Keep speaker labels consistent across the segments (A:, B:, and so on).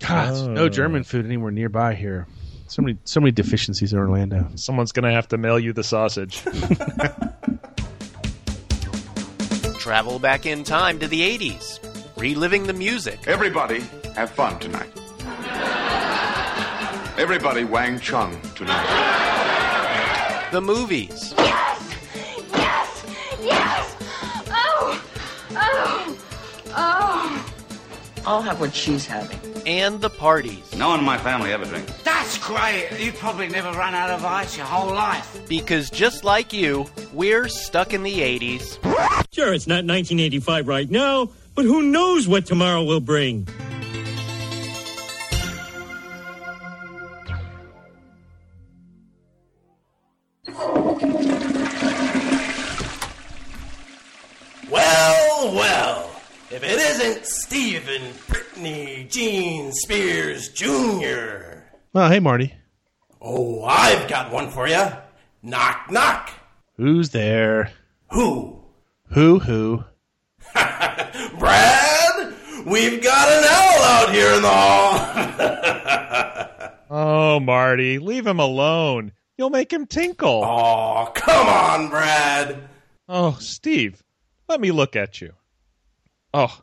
A: God, there's no German food anywhere nearby here. So many, so many deficiencies in Orlando.
B: Someone's going to have to mail you the sausage.
C: Travel back in time to the 80s, reliving the music,
D: Everybody have fun tonight. Everybody Wang Chung tonight.
C: the movies,
E: Yes! Yes! Yes! Oh! Oh! Oh!
F: I'll have what she's having.
C: and the parties.
G: No one in my family ever drinks.
H: That's great. You probably never run out of ice your whole life.
C: Because just like you, we're stuck in the 80s.
I: Sure, it's not 1985 right now, but who knows what tomorrow will bring.
J: Well, well, if it isn't Stephen Brittany Gene Spears Jr.
A: Oh, hey, Marty.
J: Oh, I've got one for you. Knock, knock.
A: Who's there?
J: Who?
A: Who, who?
J: Brad? We've got an owl out here in the hall.
B: oh, Marty, leave him alone. You'll make him tinkle.
J: oh, come on, Brad.
B: Oh, Steve, let me look at you. Oh,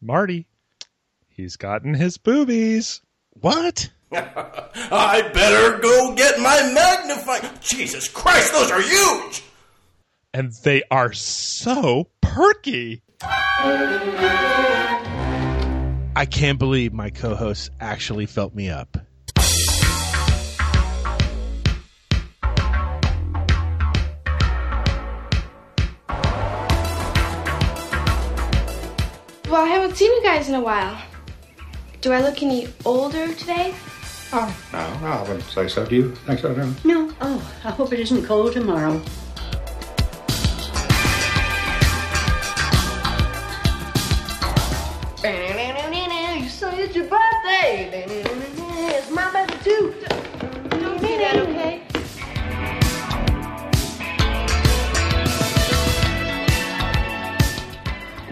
B: Marty, he's gotten his boobies.
A: What?
J: I better go get my magnifying. Jesus Christ, those are huge.
B: And they are so perky.
A: I can't believe my co-hosts actually felt me up.
E: Well, I haven't seen you guys in a while. Do I look any older today?
D: Oh,
G: No, I wouldn't say so. Do you think so, Jim?
F: No, oh, I hope it isn't cold tomorrow.
E: You say it's your birthday. It's my birthday too. Don't do that, okay?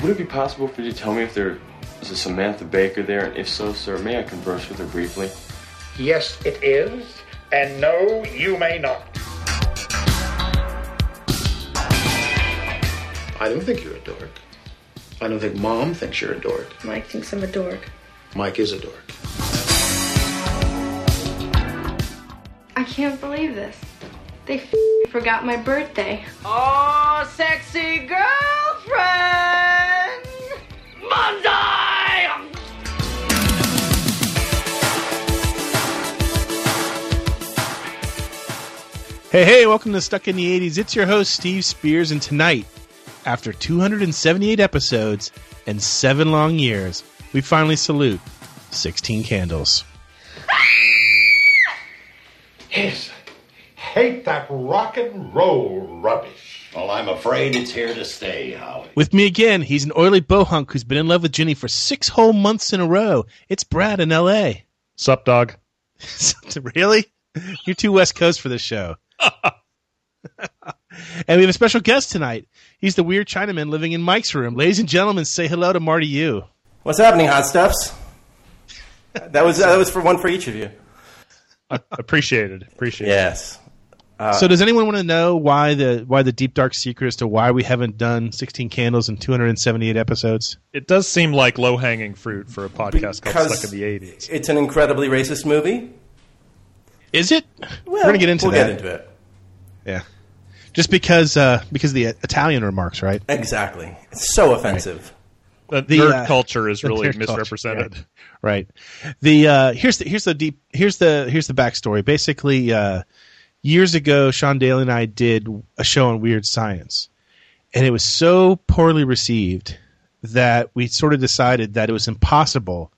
K: Would it be possible for you to tell me if there is a Samantha Baker there? And if so, sir, may I converse with her briefly?
H: Yes, it is. And no, you may not.
G: I don't think you're a dork. I don't think Mom thinks you're a dork.
F: Mike thinks I'm a dork.
G: Mike is a dork.
E: I can't believe this. They f- forgot my birthday.
F: Oh, sexy girlfriend!
A: Hey, hey, welcome to Stuck in the 80s. It's your host, Steve Spears, and tonight, after 278 episodes and seven long years, we finally salute 16 Candles.
G: Yes. Hate that rock and roll rubbish.
J: Well, I'm afraid it's here to stay, Howard.
A: With me again, he's an oily bohunk who's been in love with Ginny for six whole months in a row. It's Brad in L.A.
B: Sup, dog?
A: really? You're too West Coast for this show. and we have a special guest tonight. He's the weird Chinaman living in Mike's room. Ladies and gentlemen, say hello to Marty Yu.
J: What's happening, hot stuffs? That was that was for one for each of you.
B: Appreciated. Appreciated.
J: Yes.
B: Uh,
A: so does anyone want to know why the why the deep dark secret as to why we haven't done 16 candles and 278 episodes
B: It does seem like low hanging fruit for a podcast called
J: Because-
B: Stuck in the 80s.
J: It's an incredibly racist movie.
A: is it we're gonna get into
J: we'll
A: that
J: get into it.
A: yeah just because uh because of the uh, italian remarks right
J: Exactly. It's so offensive.
B: The,
A: The,
B: nerd
A: uh,
B: culture is really
A: Nerd culture,
B: misrepresented.
A: right, right. the uh here's the here's the deep here's the here's the backstory basically uh years ago sean daly and i did a show on weird science and it was so poorly received that we sort of decided that it was impossible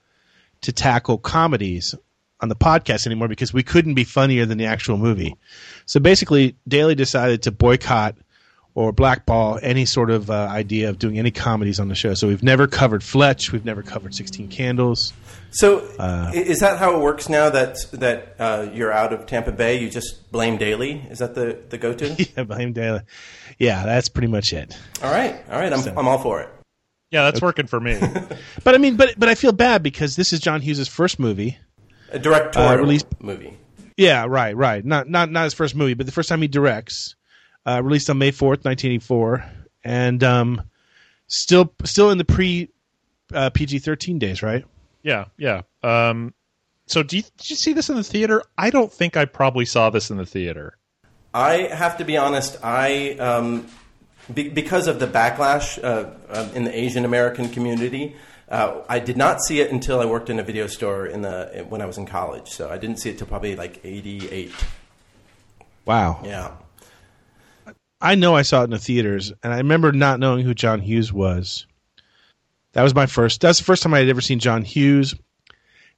A: to tackle comedies on the podcast anymore because we couldn't be funnier than the actual movie. So basically, Daly decided to boycott or blackball any sort of uh, idea of doing any comedies on the show. So we've never covered Fletch, we've never covered Sixteen Candles.
J: So, i is that how it works now that that uh, you're out of Tampa Bay? You just blame Daly? Is that the, the go to?
A: Yeah, blame Daly. Yeah, that's pretty much it.
J: all right, all right. I'm, I'm all for it.
B: Yeah, that's working for me.
A: But I mean, but but I feel bad because this is John Hughes' first movie,
J: A directorial
A: Uh, released-
J: movie.
A: Yeah, right, right. Not not not his first movie, but the first time he directs. Uh, released on May fourth, nineteen eighty four, and um, still still in the pre uh, PG thirteen days, right?
B: Yeah, yeah. Um, so do you, did you see this in the theater? I don't think I probably saw this in the theater.
J: I have to be honest. I um, be- because of the backlash uh, uh, in the Asian American community, uh, I did not see it until I worked in a video store in the when I was in college. So I didn't see it till probably like '88.
A: Wow.
J: Yeah.
A: I know I saw it in the theaters, and I remember not knowing who John Hughes was. That was my first. That's the first time I had ever seen John Hughes.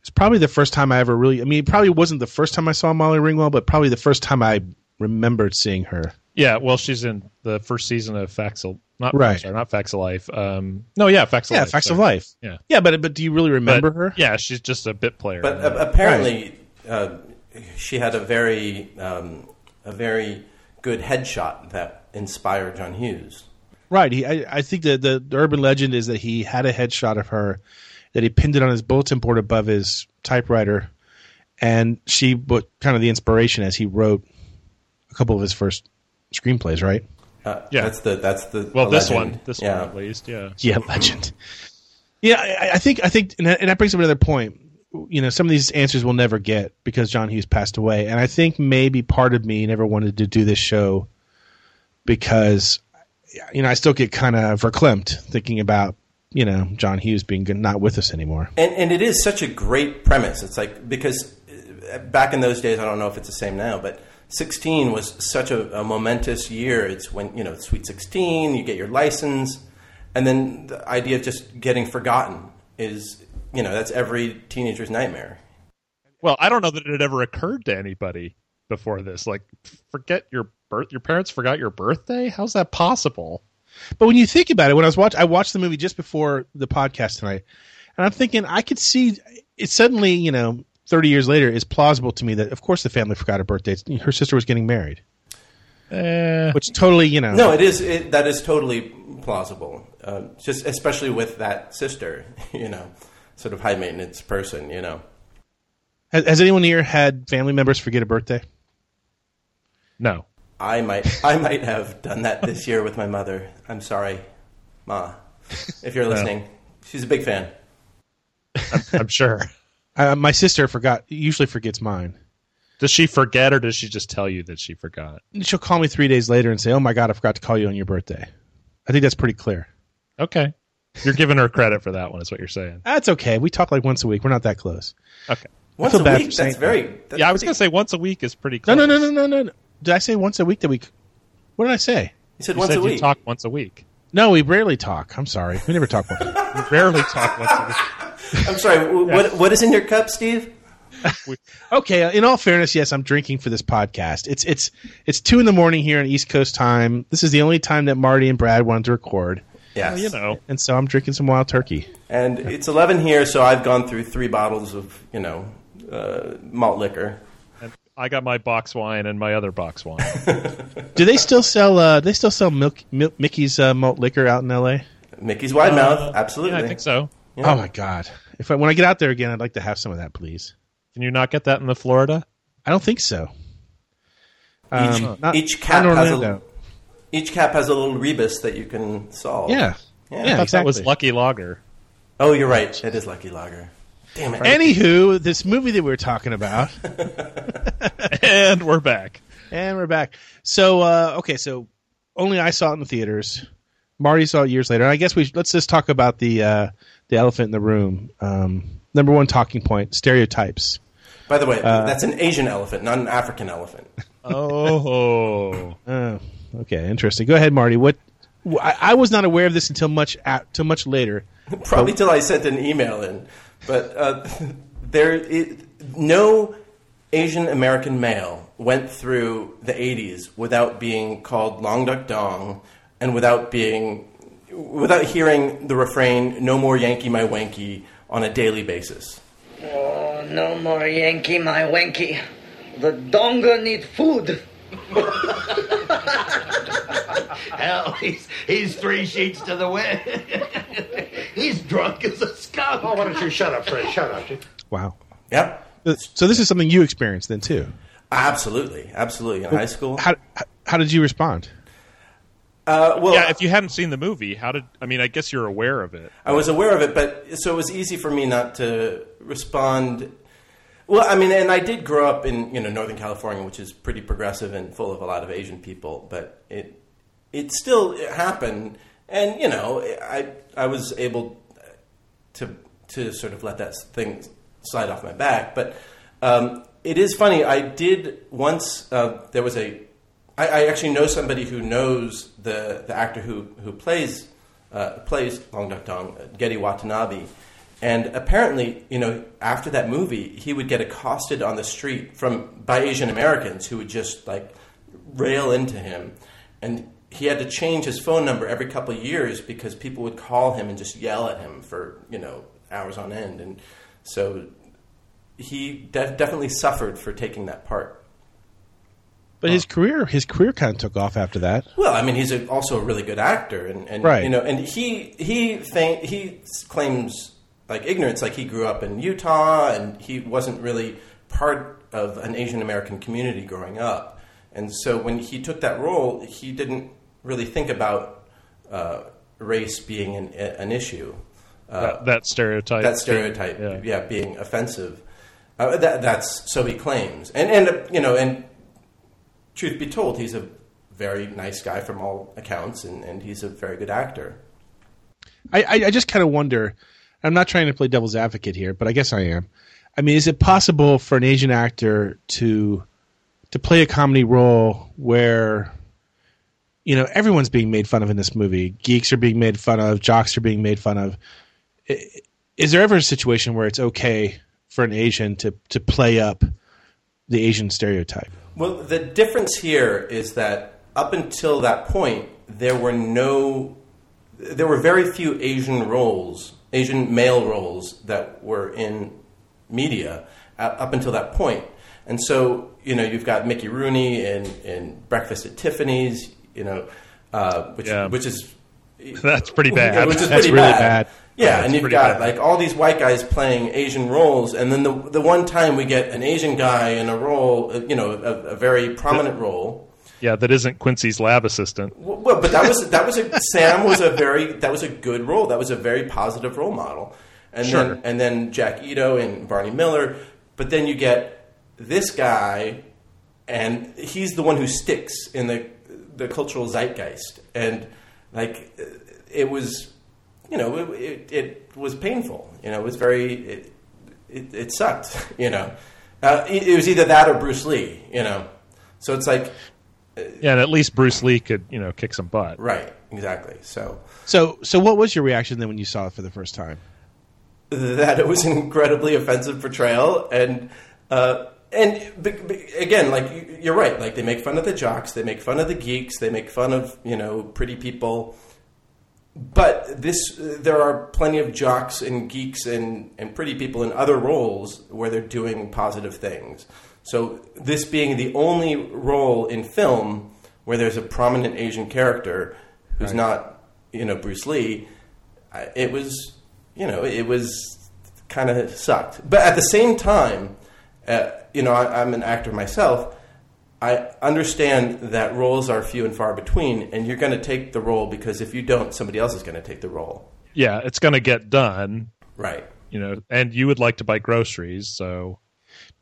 A: It's probably the first time I ever really. I mean, it probably wasn't the first time I saw Molly Ringwald, but probably the first time I remembered seeing her.
B: Yeah, well, she's in the first season of Facts of not
A: Right.
B: sorry, not Facts of Life. Um, no, yeah, Facts of
A: Yeah,
B: Life.
A: Facts of
B: sorry.
A: Life.
B: Yeah,
A: yeah, but but do you really remember her?
B: Yeah, she's just a bit player.
J: But uh, apparently, uh, she had a very um, a very good headshot that inspired John Hughes.
A: Right. He, I, I think that the, the urban legend is that he had a headshot of her, that he pinned it on his bulletin board above his typewriter, and she was kind of the inspiration as he wrote a couple of his first screenplays. Right.
J: Uh,
B: Yeah.
J: that's the that's the
B: well,
J: the
B: this
J: legend.
B: one, this
J: Yeah.
B: one at least, yeah.
A: Yeah, legend. Yeah, I, I think I think, and that, and that brings up another point. You know, some of these answers we'll never get because John Hughes passed away, and I think maybe part of me never wanted to do this show because, you know, I still get kind of verklempt thinking about you know John Hughes being good- not with us anymore.
J: And, and it is such a great premise. It's like because uh, back in those days, I don't know if it's the same now, but 16 was such a, a momentous year. It's when you know it's Sweet 16, you get your license, and then the idea of just getting forgotten is you know that's every teenager's nightmare.
B: Well, I don't know that it ever occurred to anybody before this. Like, forget your birth. Your parents forgot your birthday. How's that possible?
A: But when you think about it, when I was watch, I watched the movie just before the podcast tonight, and I'm thinking I could see it suddenly. You know, 30 years later, is plausible to me that of course the family forgot her birthday. It's- Her sister was getting married. Which totally, you know,
J: No, it is it, that is totally plausible. Uh, just especially with that sister, you know, sort of high maintenance person, you know.
A: Has, has anyone here had family members forget a birthday?
B: No.
J: I might I might have done that this year with my mother. I'm sorry, Ma, if you're
A: No.
J: listening. She's a big fan.
B: I'm sure.
A: Uh, my sister forgot. Usually forgets mine.
B: Does she forget, or does she just tell you that she forgot?
A: And She'll call me three days later and say, "Oh my god, I forgot to call you on your birthday." I think that's pretty clear.
B: Okay. You're giving her credit for that one. Is what you're saying.
A: That's okay. We talk like once a week. We're not that close.
B: Okay.
A: Once feel a bad week? for saying That's very-
B: yeah, I was gonna say once a week is pretty.
A: No,
B: Close.
A: no, no, no, no, no. no. Did I say once a week that we? What did I say?
J: You
B: You said you talk once a week.
A: No, we rarely talk. I'm sorry. We never talk once. we
B: rarely talk once a week.
J: I'm sorry. w- What what is in your cup, Steve?
A: Okay, uh, in all fairness, yes, I'm drinking for this podcast. It's it's it's two in the morning here on East Coast time. This is the only time that Marty and Brad wanted to record.
J: Yes. Well, you
B: know.
A: And so I'm drinking some wild turkey.
J: And it's 11 here, so I've gone through three bottles of you know uh, malt liquor.
B: And I got my box wine and my other box wine.
A: Do they still sell? Uh, they still sell milk, milk Mickey's uh, malt liquor out in L.A.
J: Mickey's Wide Mouth, absolutely.
B: Uh, Yeah, I think so.
A: Oh my god! If I, when I get out there again, I'd like to have some of that, please.
B: Can you not get that in the Florida?
A: I don't think so.
J: Each,
A: Um, not-
J: each
A: not
J: cap
A: in
J: has a
A: Orlando.
J: each cap has a little rebus that you can solve.
A: Yeah.
J: yeah,
A: Yeah,
B: That was
A: exactly.
B: Lucky Lager.
J: Oh, you're right. It is Lucky Lager. Damn it.
A: Anywho, this movie that we were talking about,
B: and we're back.
A: and we're back. So uh, okay, so only I saw it in the theaters. Marty saw it years later. And I guess we should, let's just talk about the uh, the elephant in the room. Um, number one talking point: stereotypes.
J: By the way,
A: Uh,
J: that's an Asian elephant, not an African elephant.
B: Oh,
A: Oh, okay, interesting. Go ahead, Marty. What wh- I, I was not aware of this until much at, till much later.
J: Probably till I sent an email in. But uh, there, it, no Asian American male went through the 80s without being called Long Duck Dong and without being, without hearing the refrain, No More Yankee My Wanky, on a daily basis.
L: Oh, no more Yankee, my wanky. The donga need food.
H: Hell, he's, he's three sheets to the wind.
G: He's drunk as a skunk. Oh, why don't you shut up, Fred? Shut up.
A: Wow.
J: Yep.
A: Uh, So this is something you experienced then too.
J: Absolutely, absolutely. In high school,
A: How how did you respond?
J: Uh, well,
B: yeah. If you hadn't seen the movie, how did? I mean, I guess you're aware of it.
J: I was aware of it, but so it was easy for me not to respond. Well, I mean, and I did grow up in you know Northern California, which is pretty progressive and full of a lot of Asian people, but it it still it happened, and you know, I I was able to to sort of let that thing slide off my back, but um, it is funny. I did once. Uh, there was a. I, I actually know somebody who knows the the actor who who plays uh, plays Long Duk Dong, uh, Getty Watanabe. And apparently, you know, after that movie, he would get accosted on the street from by Asian Americans who would just like rail into him, and he had to change his phone number every couple of years because people would call him and just yell at him for you know hours on end, and so he de- definitely suffered for taking that part.
A: But his career his career kind of took off after that.
J: Well, I mean, he's a, also a really good actor, and, and
A: Right.
J: you know, and he he think, he s- claims like ignorance, like he grew up in Utah, and he wasn't really part of an Asian American community growing up, and so when he took that role, he didn't really think about uh, race being an, an issue. Uh,
B: that, that stereotype.
J: that stereotype, yeah. being offensive. Uh, that, that's so he claims, and and uh, you know, and truth be told, he's a very nice guy from all accounts, and, and he's a very good actor.
A: I, I, I just kind of wonder. I'm not trying to play devil's advocate here, but I guess I am. I mean, is it possible for an Asian actor to to play a comedy role where you know everyone's being made fun of in this movie? Geeks are being made fun of, jocks are being made fun of. I- Is there ever a situation where it's okay for an Asian to to play up the Asian stereotype?
J: Well, the difference here is that up until that point, there were no, there were very few Asian roles, Asian male roles that were in media uh, up until that point. And so, you know, you've got Mickey Rooney in, in Breakfast at Tiffany's, you know, uh, which, which is.
B: That's pretty bad.
J: Which is
B: That's
J: pretty
B: really bad.
J: Yeah,
B: That's
J: and you've
B: pretty
J: got
B: bad.
J: like all these white guys playing Asian roles, and then the the one time we get an Asian guy in a role, uh, you know, a, a very prominent role.
B: Yeah, that isn't Quincy's lab assistant.
J: Well, well, but that was that was a Sam was a very that was a good role. That was a very positive role model. And
B: Sure.
J: then and then Jack Ito and Barney Miller, but then you get this guy, and he's the one who sticks in the the cultural zeitgeist, and like it was, you know, it, it, it was painful. You know, it was very it it, it sucked. You know, uh, it, it was either that or Bruce Lee. You know, so it's like
B: Yeah, and at least Bruce Lee could, you know, kick some butt.
J: right, exactly. So.
A: So, so what was your reaction then when you saw it for the first time?
J: that it was an incredibly offensive portrayal and uh, and b- b- again like you- you're right like they make fun of the jocks they make fun of the geeks they make fun of you know pretty people but this there are plenty of jocks and geeks and, and pretty people in other roles where they're doing positive things so this being the only role in film where there's a prominent asian character who's
A: Right.
J: not you know bruce lee I- it was you know it was kind of sucked but at the same time uh, you know I, i'm an actor myself I understand that roles are few and far between, and you're going to take the role because if you don't, somebody else is going to take the role.
B: Yeah, it's going to get done.
J: Right.
B: You know, and you would like to buy groceries, so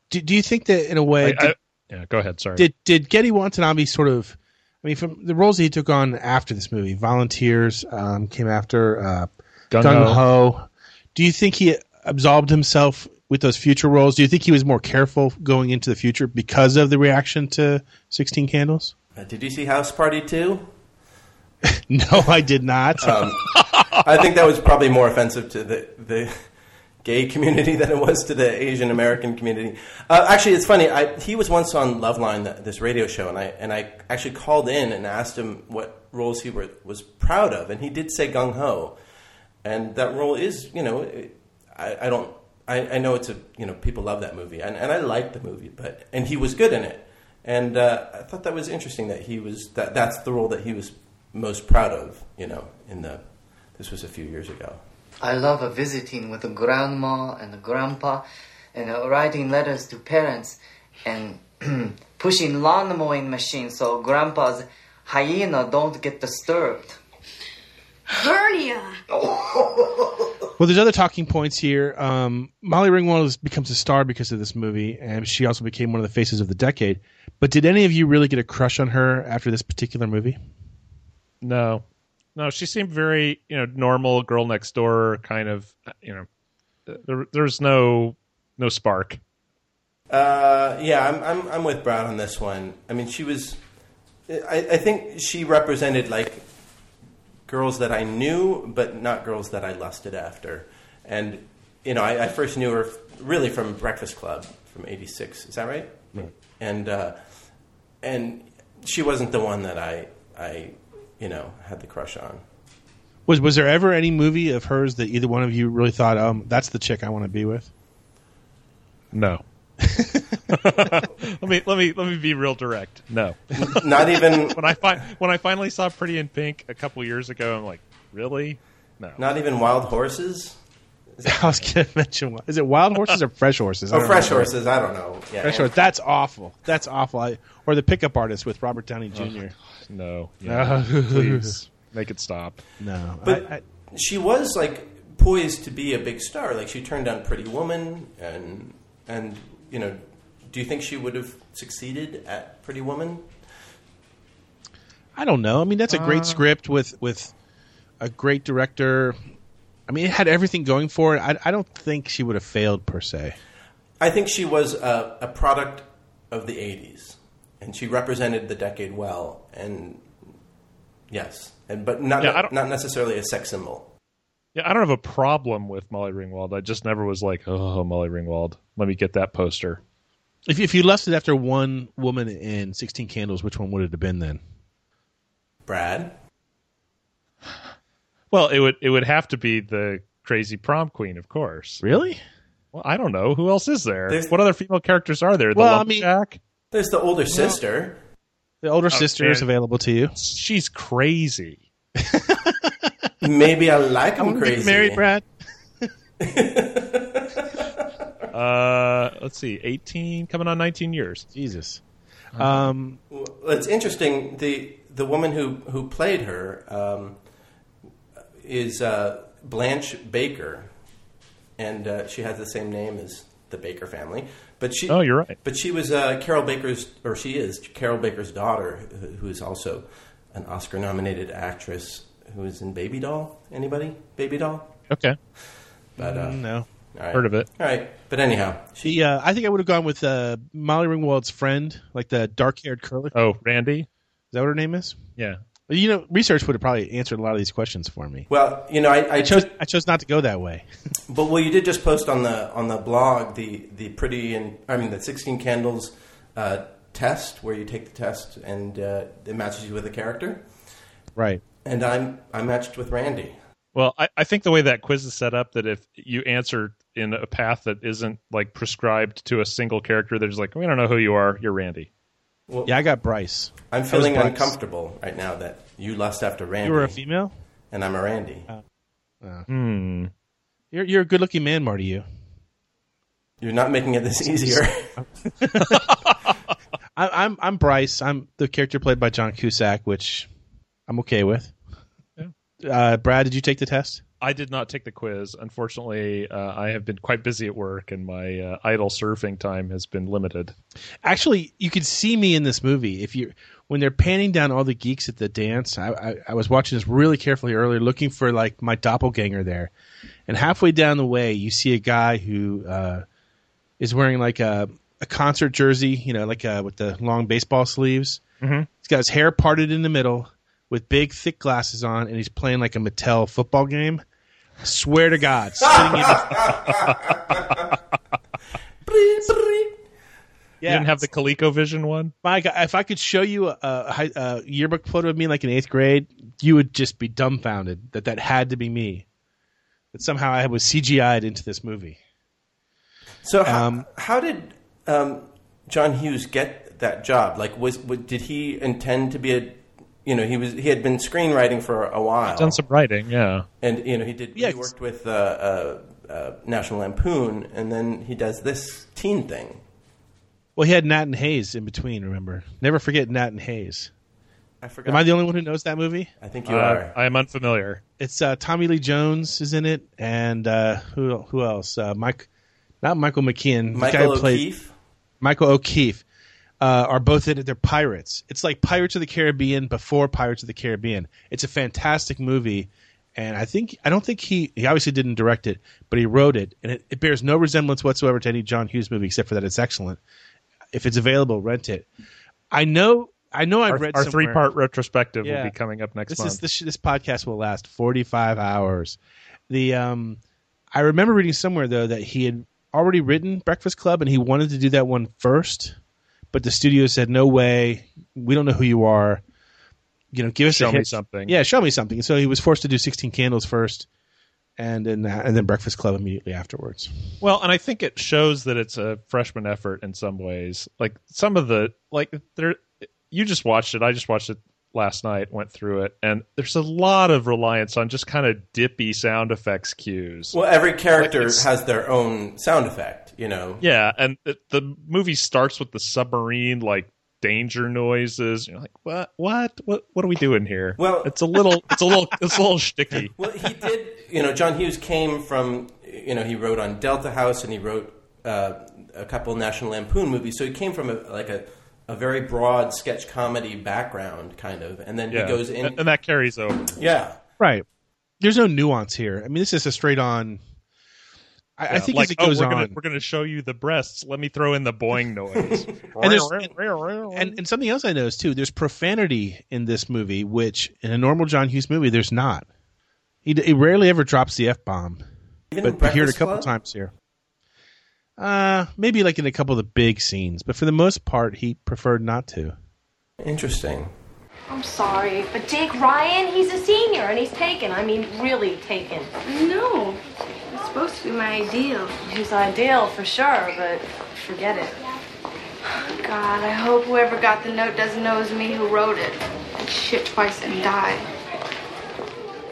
A: Do, do you think that in a way?
B: I- I- yeah, go ahead. Sorry.
A: Did did Getty Watanabe sort of? I mean, from the roles that he took on after this movie, Volunteers um, came after uh,
B: Gung
A: Gung
B: Ho.
A: Ho. Do you think he absolved himself with those future roles? Do you think he was more careful going into the future because of the reaction to Sixteen Candles?
J: Uh, did you see House Party 2?
A: No, I did not.
J: Um, I think that was probably more offensive to the, the gay community than it was to the Asian American community. Uh, actually, it's funny. I, he was once on Loveline, th- this radio show, and I, and I actually called in and asked him what roles he were, was proud of, and he did say gung ho. And that role is, you know, it- I, I don't, I, I know it's a, you know, people love that movie, and, and I like the movie, but, and he was good in it. And uh, I thought that was interesting that he was that that's the role that he was most proud of, you know, in the this was a few years ago.
M: I love a visiting with a grandma and a grandpa, and uh, writing letters to parents, and pushing lawn mowing machine so grandpa's hyena don't get disturbed.
E: Hernia.
A: Well, there's other talking points here. Um, Molly Ringwald is- becomes a star because of this movie, and she also became one of the faces of the decade. But did any of you really get a crush on her after this particular movie?
B: No, no, she seemed very you know normal girl next door kind of you know. There, there's no no spark.
J: Uh, yeah, I'm, I'm I'm with Brad on this one. I mean, she was. I, I think she represented like girls that I knew, but not girls that I lusted after. And you know, I, I first knew her f- really from Breakfast Club from '86. Is that right?
B: Right.
J: And uh, and she wasn't the one that I I you know had the crush on.
A: Was was there ever any movie of hers that either one of you really thought, um, that's the chick I want to be with?
B: No. Let me let me let me be real direct. No,
J: Not even-
B: when I fi- when I finally saw Pretty in Pink a couple years ago. I'm like, really? No.
J: Not even Wild Horses.
A: I was going to mention one. Is it wild horses or fresh horses? I
J: Oh,
A: don't
J: Fresh
A: remember.
J: Horses, I don't know. Yeah.
A: Fresh horses. That's awful. That's awful. I, or the pickup artist with Robert Downey Jr.
B: no.
A: Yeah.
B: Please make it stop.
A: No.
J: But she was like poised to be a big star. Like she turned down Pretty Woman, and and you know, do you think she would have succeeded at Pretty Woman?
A: I don't know. I mean, that's a great
J: Uh.
A: script with with a great director. I mean, it had everything going for it. I, I don't think she would have failed per se.
J: I think she was a, a product of the '80s, and she represented the decade well. And yes, and but not
B: Yeah, I don't-
J: not necessarily a sex symbol.
B: Yeah, I don't have a problem with Molly Ringwald. I just never was like, oh, Molly Ringwald. Let me get that poster.
A: If you- if you left it after one woman in Sixteen Candles, which one would it have been then?
J: Brad,
B: Well, it would it would have to be the crazy prom queen, of course.
A: Really?
B: Well, I don't know who else is there.
J: There's-
B: what other female characters are there? The
J: Well, I mean-
B: lumberjack.
J: there's the older sister.
A: The older
B: Oh,
A: sister is
B: man.
A: available to you.
B: She's crazy.
J: Maybe I like
A: I wanna
J: him
A: get
J: crazy.
A: married, Brad.
B: uh, let's see, eighteen coming on nineteen years.
A: Jesus. Um,
J: Well, it's interesting. The the woman who who played her um, is uh, Blanche Baker, and uh, she has the same name as the Baker family. But she
B: Oh, you're right.
J: But she was uh, Carol Baker's, or she is Carol Baker's daughter, who- who is also an Oscar nominated actress who is in Baby Doll. Anybody? Baby Doll.
B: Okay.
J: But uh,
A: Mm, no.
J: all right.
B: Heard of it.
J: All right. But anyhow,
A: she. Uh, I think I would have gone with uh, Molly Ringwald's friend, like the dark-haired curly.
B: Oh, Randy. Is
A: that what her name is?
B: Yeah.
A: You know, research would have probably answered a lot of these questions for me.
J: well, you know, I, I
A: chose I chose not to go that way.
J: But well, you did just post on the on the blog the the pretty and I mean the sixteen candles uh, test where you take the test and uh, it matches you with a character.
A: Right.
J: And I'm I matched with Randy.
B: Well, I, I think the way that quiz is set up, that if you answer in a path that isn't like prescribed to a single character, they're just like, we don't know who you are. You're Randy.
A: yeah, I got Bryce.
J: I'm
A: I
J: feeling
A: was Bryce.
J: uncomfortable right now that you lust after Randy.
A: You were a Uh. female.
J: and I'm a Randy.
B: Hmm.
A: You're you're a good looking man, Marty. You.
J: You're not making it this easier.
A: I, I'm I'm Bryce. I'm the character played by John Cusack, which I'm okay with. Uh, Brad, did you take the test?
B: I did not take the quiz. Unfortunately, uh, I have been quite busy at work, and my uh, idle surfing time has been limited.
A: Actually, you could see me in this movie if you when they're panning down all the geeks at the dance. I, I, I was watching this really carefully earlier, looking for like my doppelganger there, and halfway down the way, you see a guy who uh, is wearing like a a concert jersey, you know, like uh, with the long baseball sleeves.
B: Mhm.
A: He's got his hair parted in the middle, with big thick glasses on, and he's playing like a Mattel football game. Swear to God, sitting in-
B: You didn't have the ColecoVision one?
A: My God, if I could show you a, a, hi- a yearbook photo of me like in eighth grade, you would just be dumbfounded that that had to be me. That somehow I was CGI'd into this movie.
J: So how, how did um, John Hughes get that job? Like, was, was did he intend to be a you know, he was he had been screenwriting for a while.
B: Done some writing, yeah.
J: and you know he did he worked with uh, uh, uh, National Lampoon, and then he does this teen thing.
A: Well, he had Nat and Hayes in between. Remember, never forget Nat and Hayes.
J: I forgot.
A: Am I the only one who knows that movie?
J: I think you
B: Uh,
J: are.
B: I am unfamiliar.
A: It's uh, Tommy Lee Jones is in it, and uh, who who else? Uh, Mike, not Michael McKean. the
J: Michael
A: who played-
J: O'Keefe?
A: Michael O'Keefe uh, are both in it. They're pirates. It's like Pirates of the Caribbean before Pirates of the Caribbean. It's a fantastic movie, and I think I don't think he he obviously didn't direct it, but he wrote it, and it, it bears no resemblance whatsoever to any John Hughes movie except for that it's excellent. If it's available, rent it. I know. I know. I've
B: Our,
A: read
B: our
A: somewhere-
B: three part retrospective
A: Yeah.
B: will be coming up next
A: this
B: month.
A: Is, this this podcast will last forty five hours. The um, I remember reading somewhere though that he had already written Breakfast Club and he wanted to do that one first, but the studio said no way. We don't know who you are. You know, give us
B: Show
A: a
B: me
A: hit.
B: something.
A: Yeah, show me something. So he was forced to do Sixteen Candles first, and then and then Breakfast Club immediately afterwards.
B: Well, and I think it shows that it's a freshman effort in some ways. Like some of the like there you just watched it. I just watched it last night, went through it, and there's a lot of reliance on just kind of dippy sound effects cues.
J: Well, every character
B: Like, it's-
J: has their own sound effect. You know,
B: Yeah, and it, the movie starts with the submarine like danger noises. You're like, "What? What? What what are we doing here?"
J: Well-
B: it's a little it's a little it's a little shticky.
J: Well, he did. You know, John Hughes came from. You know, he wrote on Delta House, and he wrote uh, a couple National Lampoon movies. So he came from a, like a, a very broad sketch comedy background, kind of, and then
B: Yeah.
J: he goes in.
B: and, and that carries over.
J: yeah,
A: Right. There's no nuance here. I mean, this is a straight on. I, I
B: Yeah,
A: think
B: like,
A: as it goes
B: oh,
A: on,
B: we're gonna, we're going to show you the breasts. Let me throw in the boing noise.
A: and, there's, and,
J: Mm-hmm.
A: and- and something else I noticed too. There's profanity in this movie, which in a normal John Hughes movie, there's not. He, d- he rarely ever drops the f bomb,
J: Even
A: but we hear it a
J: in Breakfast
A: couple
J: Club?
A: times here. Uh, maybe like in a couple of the big scenes, but for the most part, he preferred not to.
J: Interesting.
N: I'm sorry, but Jake Ryan, he's a senior and he's taken. I mean, really taken. No, it's supposed to be my ideal. His ideal, for sure, but forget it.
O: God, I hope whoever got the note doesn't know it was me who wrote it. I'd shit twice and die.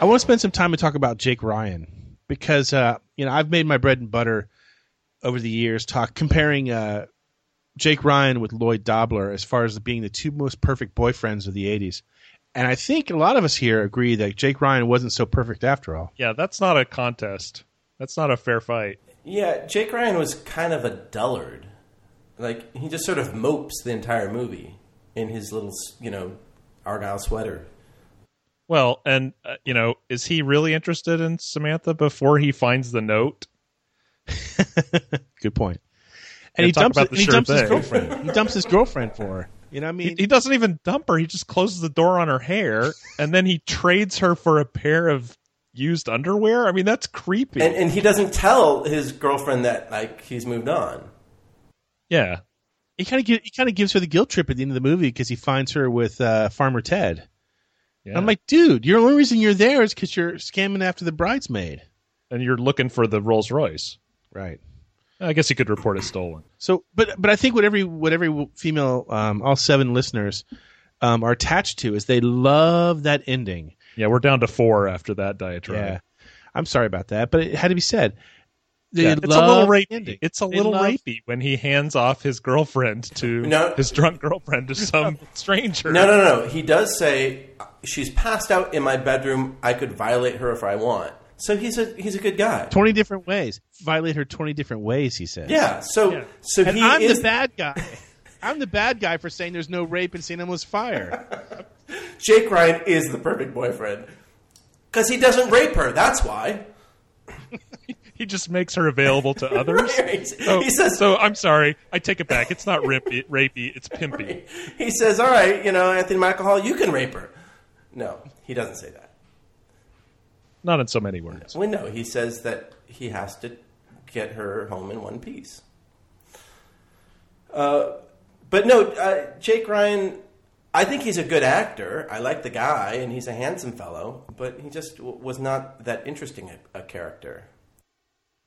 A: I want to spend some time to talk about Jake Ryan because uh, you know I've made my bread and butter over the years talk comparing uh, Jake Ryan with Lloyd Dobler as far as being the two most perfect boyfriends of the '80s, and I think a lot of us here agree that Jake Ryan wasn't so perfect after all.
B: Yeah, that's not a contest. That's not a fair fight.
J: Yeah, Jake Ryan was kind of a dullard. Like he just sort of mopes the entire movie in his little, you know, argyle sweater.
B: Well, and uh, you know, is he really interested in Samantha before he finds the note?
A: Good point.
B: Yeah,
A: And he
B: talk
A: dumps,
B: about the
A: and he
B: sure
A: dumps his
B: thing.
A: girlfriend. he dumps his girlfriend for her. You know what I mean?
B: He, he doesn't even dump her. He just closes the door on her hair, and then he trades her for a pair of used underwear. I mean, that's creepy.
J: And, and he doesn't tell his girlfriend that like he's moved on.
B: yeah,
A: He kind of he kind of gives her the guilt trip at the end of the movie because he finds her with uh, Farmer Ted. And I'm like, dude, your only reason you're there is because you're scamming after the bridesmaid.
B: and you're looking for the Rolls Royce.
A: Right.
B: I guess he could report it stolen.
A: So, but but I think what every what every female, um, all seven listeners, um, are attached to is they love that ending.
B: Yeah, we're down to four after that diatribe.
A: Yeah, I'm sorry about that, but it had to be said. They
B: Yeah, it's a
A: love
B: little
A: the
B: rapey.
A: ending.
B: It's a
A: They
B: little
A: love-
B: rapey when he hands off his girlfriend to
J: No.
B: his drunk girlfriend to some stranger.
J: No, no, no. He does say she's passed out in my bedroom. I could violate her if I want. So he's a he's a good guy.
A: Twenty different ways. Violate her twenty different ways. He says.
J: Yeah. So so
A: and
J: he
A: I'm
J: is
A: the bad guy. I'm the bad guy for saying there's no rape in St. Elmo's Fire.
J: Jake Ryan is the perfect boyfriend because he doesn't rape her. That's why.
B: He just makes her available to others.
J: Right.
A: Oh,
B: so,
J: He says-
B: so I'm sorry. I take it back. It's not rimpy, rapey. It's pimpy.
J: He says, "All right, you know, Anthony Michael Hall, you can rape her." No, he doesn't say that.
B: Not in so many words.
J: Well, no, he says that he has to get her home in one piece. Uh, but no, uh, Jake Ryan, I think he's a good actor. I like the guy, and he's a handsome fellow, but he just w- was not that interesting a, a character.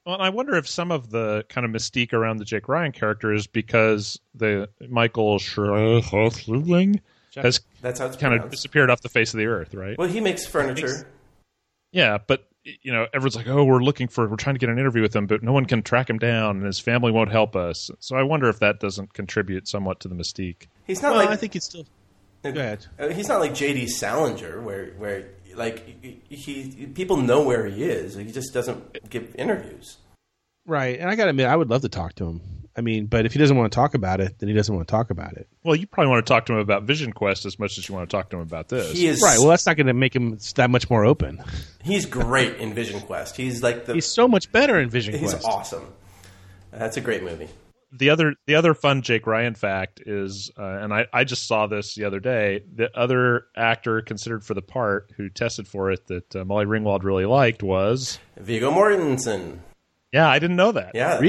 B: Well, and I wonder if some of the kind of mystique around the Jake Ryan character is because the Michael Schreier has
J: That's how it's
B: kind of
J: pronounced.
B: disappeared off the face of the earth, right?
J: Well, he makes furniture.
B: Yeah, but you know, everyone's like, "Oh, we're looking for, we're trying to get an interview with him, but no one can track him down, and his family won't help us." So I wonder if that doesn't contribute somewhat to the mystique.
J: He's not
A: Well,
J: like
A: I think he's still.
J: Go
A: ahead.
J: Uh, He's not like J.D. Salinger, where where like he, he people know where he is. He just doesn't give interviews.
A: Right, and I gotta admit, I would love to talk to him. I mean, but if he doesn't want to talk about it, then he doesn't want to talk about it.
B: Well, you probably want to talk to him about Vision Quest as much as you want to talk to him about this.
J: He is
A: right. Well, that's not going to make him that much more open.
J: He's great in Vision Quest. He's like the
A: He's so much better in Vision
J: he's
A: Quest.
J: awesome. That's a great movie.
B: the other the other fun Jake Ryan fact is, uh, and I, I just saw this the other day. The other actor considered for the part who tested for it that uh, Molly Ringwald really liked was
J: Viggo Mortensen.
B: Yeah, I didn't know that.
J: Yeah,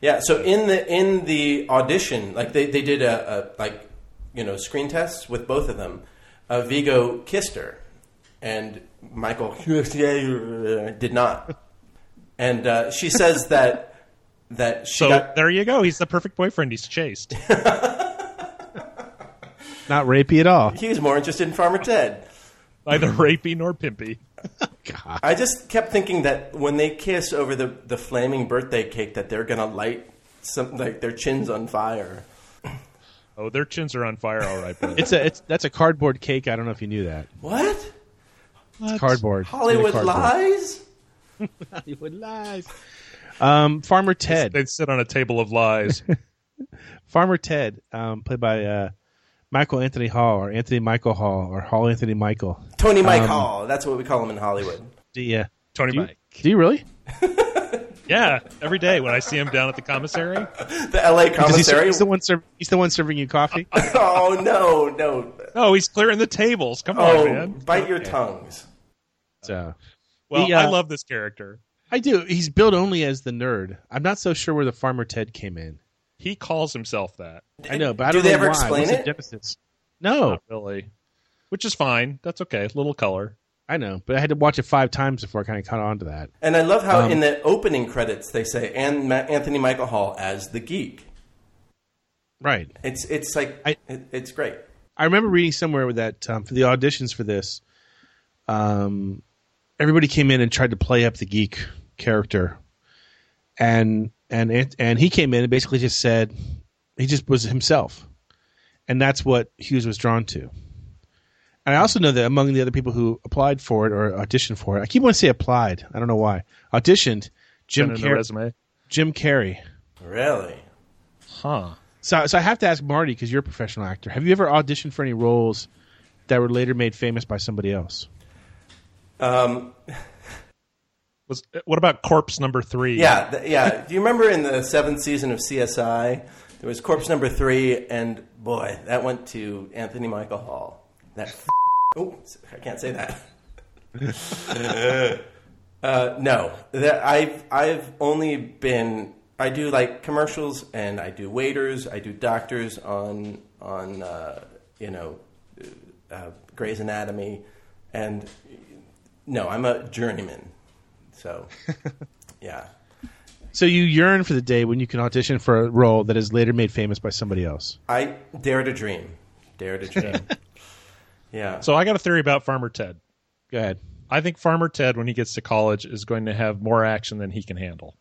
J: Yeah. So in the in the audition, like they they did a, a like you know screen tests with both of them. Uh, Vigo kissed her, and Michael did not. And uh, she says that that she
B: So
J: got
B: there you go. He's the perfect boyfriend. He's chased.
A: Not rapey at all.
J: he was more interested in Farmer Ted.
B: Neither rapey nor pimpy.
J: I just kept thinking that when they kiss over the, the flaming birthday cake, that they're gonna light some like their chins on fire.
B: Oh, their chins are on fire, all right. brother.
A: It's a it's that's a cardboard cake. I don't know if you knew that.
J: What?
A: It's cardboard. It's made of
J: Hollywood
A: cardboard.
J: lies.
A: Hollywood lies. Um, Farmer Ted.
B: They sit on a table of lies.
A: Farmer Ted, um, played by uh, Michael Anthony Hall or Anthony Michael Hall or Hall Anthony Michael.
J: Tony Mike
A: Um,
J: Hall. That's what we call him in Hollywood.
A: do you- uh,
B: Tony
A: do you-
B: Mike.
A: Do you really?
B: yeah, every day when I see him down at the commissary.
J: The L.A.
A: Because he's,
J: commissary.
A: he's the one serv- he's the one serving you coffee.
J: oh no, no.
B: No, Oh, he's clearing the tables. Come
J: Oh,
B: on, man.
J: bite your tongues.
A: So,
B: Well,
A: The, uh,
B: I love this character.
A: I do. He's billed only as the nerd. I'm not so sure where the Farmer Ted came in.
B: He calls himself that.
A: I know, but I
J: Do
A: don't
J: they
A: know
J: ever
A: why.
J: explain
A: What's the
J: it?
A: genesis? No,
B: Not really. Which is fine. That's okay. Little color.
A: I know, but I had to watch it five times before I kind of caught on to that.
J: And I love how
A: Um,
J: in the opening credits they say and Ma- Anthony Michael Hall as the geek.
A: Right.
J: It's it's like
A: I-
J: it, it's great.
A: I remember reading somewhere that um, for the auditions for this, um, everybody came in and tried to play up the geek character, and and it, and he came in and basically just said he just was himself, and that's what Hughes was drawn to. And I also know that among the other people who applied for it or auditioned for it, I keep wanting to say applied. I don't know why. Auditioned Jim
B: Send in the
A: Car-
B: resume.
A: Jim Carrey.
J: Really?
B: Huh.
A: So, so I have to ask Marty because you're a professional actor. Have you ever auditioned for any roles that were later made famous by somebody else?
J: Um,
B: Was uh, what about corpse number three?
J: yeah, th- yeah. Do you remember in the seventh season of CSI there was corpse number three, and boy, that went to Anthony Michael Hall. That f- oh, I can't say that. Uh, no, that I've I've only been I do like commercials and I do waiters, I do doctors on on uh, you know uh, Grey's Anatomy, and no, I'm a journeyman. So yeah,
A: So you yearn for the day when you can audition for a role that is later made famous by somebody else.
J: I dare to dream, dare to dream. yeah,
B: So I got a theory about Farmer Ted.
A: Go ahead.
B: I think Farmer Ted, when he gets to college, is going to have more action than he can handle.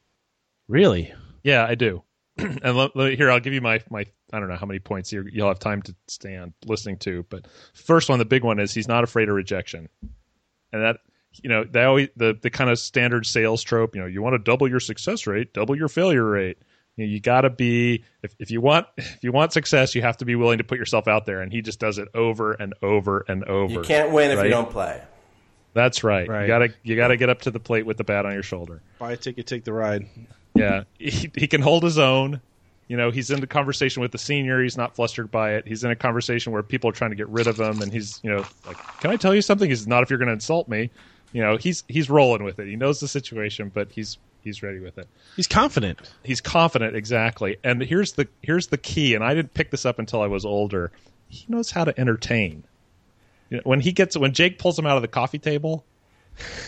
A: Really?
B: Yeah, I do. and let, let- here, I'll give you my my. I don't know how many points you you'll have time to stand listening to, but first one, the big one is he's not afraid of rejection, and that you know they always the the kind of standard sales trope. You know, you want to double your success rate, double your failure rate. You, know, you got to be if if you want if you want success, you have to be willing to put yourself out there, and he just does it over and over and over.
J: you can't win if
B: right?
J: you don't play.
B: That's right.
A: Right.
B: You gotta you gotta get up to the plate with the bat on your shoulder.
A: Buy a ticket, take the ride.
B: Yeah, he, he can hold his own. You know, he's in the conversation with the senior. He's not flustered by it. He's in a conversation where people are trying to get rid of him, and he's you know like, "Can I tell you something?" He's not if you're going to insult me. You know, he's he's rolling with it. He knows the situation, but he's he's ready with it.
A: He's confident.
B: He's confident, exactly. And here's the here's the key. And I didn't pick this up until I was older. He knows how to entertain. You know, when he gets when Jake pulls him out of the coffee table,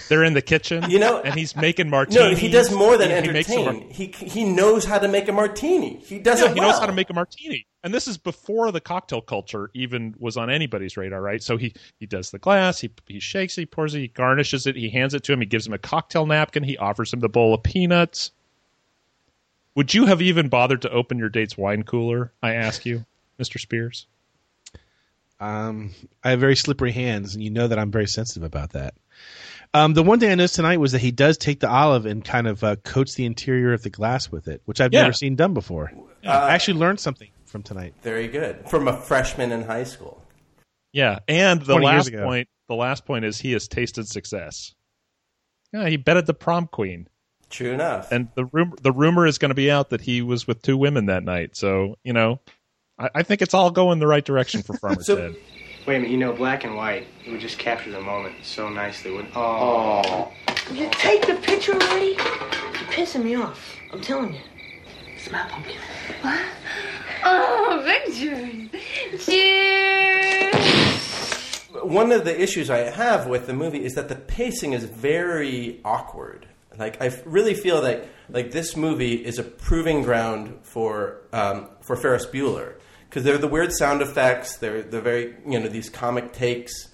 B: they're in the kitchen.
J: You know-
B: and he's making martinis.
J: No, he does more than
B: He makes a mar-
J: entertain. He, he knows how to make a martini. He does
B: yeah,
J: it
B: he
J: well.
B: knows how to make a martini. and this is before the cocktail culture even was on anybody's radar, right? So he he does the glass, he he shakes, he pours, it, he garnishes it, he hands it to him, he gives him a cocktail napkin, he offers him the bowl of peanuts. Would you have even bothered to open your date's wine cooler? I ask you, Mister Spears.
A: Um, I have very slippery hands, and you know that I'm very sensitive about that. Um, the one thing I noticed tonight was that he does take the olive and kind of uh, coats the interior of the glass with it, which I've
J: Yeah.
A: never seen done before. I actually learned something from tonight.
J: Very good. From a freshman in high school.
B: Yeah, and the
J: 20 years
B: last
J: ago.
B: point, the last point is he has tasted success. Yeah, he betted the prom queen.
J: True enough.
B: And the rumor, the rumor is going to be out that he was with two women that night. So you know, I, I think it's all going the right direction for Farmer Ted.
P: Wait a minute, you know, black and white, it would just capture the moment so nicely. Would oh,
Q: Will you take the picture already? You're pissing me off. I'm telling you. Smile, pumpkin.
E: Oh, Victory! Cheers!
J: One of the issues I have with the movie is that the pacing is very awkward. Like I f- really feel that like this movie is a proving ground for um, for Ferris Bueller because they're the weird sound effects. They're they're very you know these comic takes,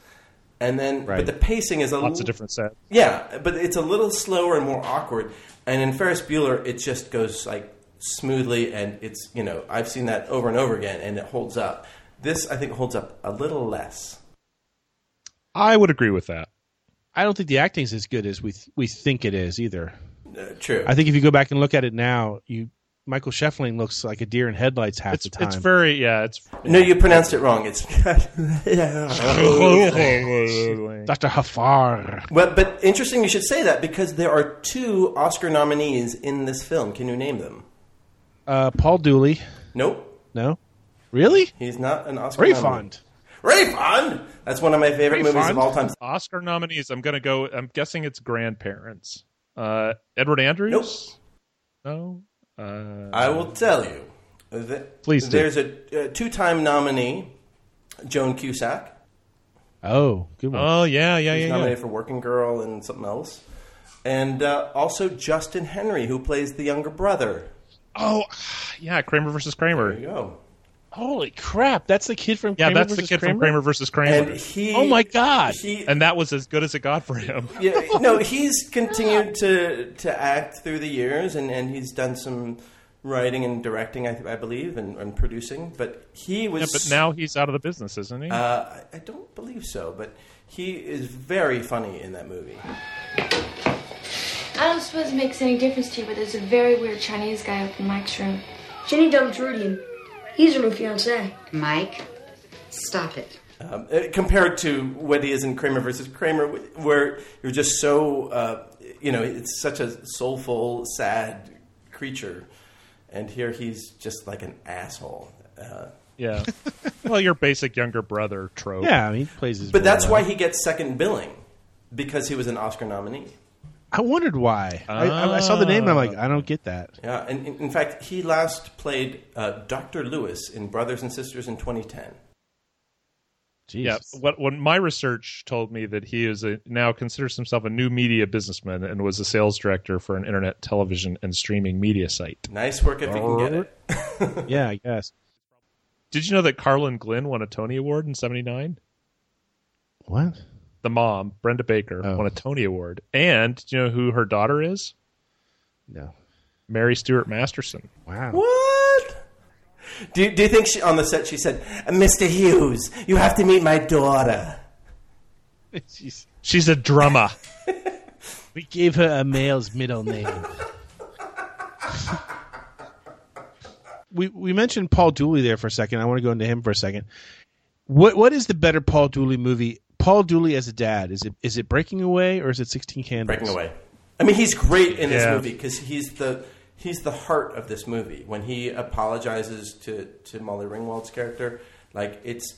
J: and then but the pacing is a
B: Lots of
J: l-
B: different sets.
J: Yeah, but it's a little slower and more awkward. And in Ferris Bueller, it just goes like smoothly, and it's you know I've seen that over and over again, and it holds up. This I think holds up a little less.
B: I would agree with that.
A: I don't think the acting's as good as we th- we think it is either.
J: Uh, true.
A: I think if you go back and look at it now, you Michael Scheffling looks like a deer in headlights half the time.
B: It's very yeah. It's
J: No, you pronounced it wrong. It's
A: Dr. Hafar.
J: Well, but interesting you should say that because there are two Oscar nominees in this film. Can you name them?
A: Uh, Paul Dooley.
J: Nope.
A: No. Really?
J: He's not an Oscar
A: Ray
J: nominee.
A: Fond.
J: Ray Fond. That's one of my favorite
B: Ray
J: movies
B: Fond?
J: of all time.
B: Oscar nominees. I'm gonna go. I'm guessing it's grandparents. Uh, Edward Andrews. Nope. No. Uh,
J: I will tell you. That
B: Please do.
J: There's a, a two-time nominee, Joan Cusack.
A: Oh, good one.
B: Oh yeah, yeah,
J: He's
B: yeah. yeah.
J: nominated for Working Girl and something else, and uh, also Justin Henry, who plays the younger brother.
B: Oh, yeah, Kramer versus Kramer.
J: There you go.
A: Holy crap! That's the kid from
B: Yeah,
A: Kramer
B: that's the
A: versus
B: kid
A: Kramer?
B: from Kramer versus Kramer.
J: And he-
A: oh my god!
B: and that was as good as it got for him.
J: Yeah, no, he's continued to to act through the years, and, and he's done some writing and directing, I, I believe, and, and producing. But he was.
B: Yeah, but now he's out of the business, isn't he?
J: Uh, I I don't believe so, but he is very funny in that movie.
O: I don't suppose it makes any difference to you, but there's a very weird Chinese guy up in Mike's room.
R: Jenny dumped Rudy, and he's her new fiance.
S: Mike, stop it.
J: Um, uh, compared to what he is in Kramer versus Kramer, wh- where you're just so, uh, you know, it's such a soulful, sad creature, and here he's just like an asshole. Uh,
B: yeah. well, your basic younger brother trope.
A: Yeah, I mean, he plays his.
J: but that's
A: role well.
J: why he gets second billing because he was an Oscar nominee.
A: I wondered why. I, I, I saw the name. and I'm like, I don't get that.
J: Yeah, and in, in fact, he last played uh, Doctor Lewis in Brothers and Sisters in 2010.
B: Yeah. What when my research told me that he is a, now considers himself a new media businessman and was a sales director for an internet television and streaming media site.
J: Nice work if you can get it.
A: yeah, I guess.
B: Did you know that Carlin Glynn won a Tony Award in '79?
A: What?
B: The mom, Brenda Baker,
A: Oh.
B: won a Tony Award. And do you know who her daughter is?
A: No.
B: Mary Stuart Masterson.
A: Wow.
J: What? Do you, do you think she, on the set she said, "Mr. Hughes, you have to meet my daughter"?
A: She's,
B: she's a drummer.
A: we gave her a male's middle name. we we mentioned Paul Dooley there for a second. I want to go into him for a second. What what is the better Paul Dooley movie? Paul Dooley as a dad is it is it Breaking Away or is it Sixteen Candles?
J: Breaking Away. I mean, he's great in this
A: Yeah.
J: movie because he's the he's the heart of this movie. When he apologizes to to Molly Ringwald's character, like it's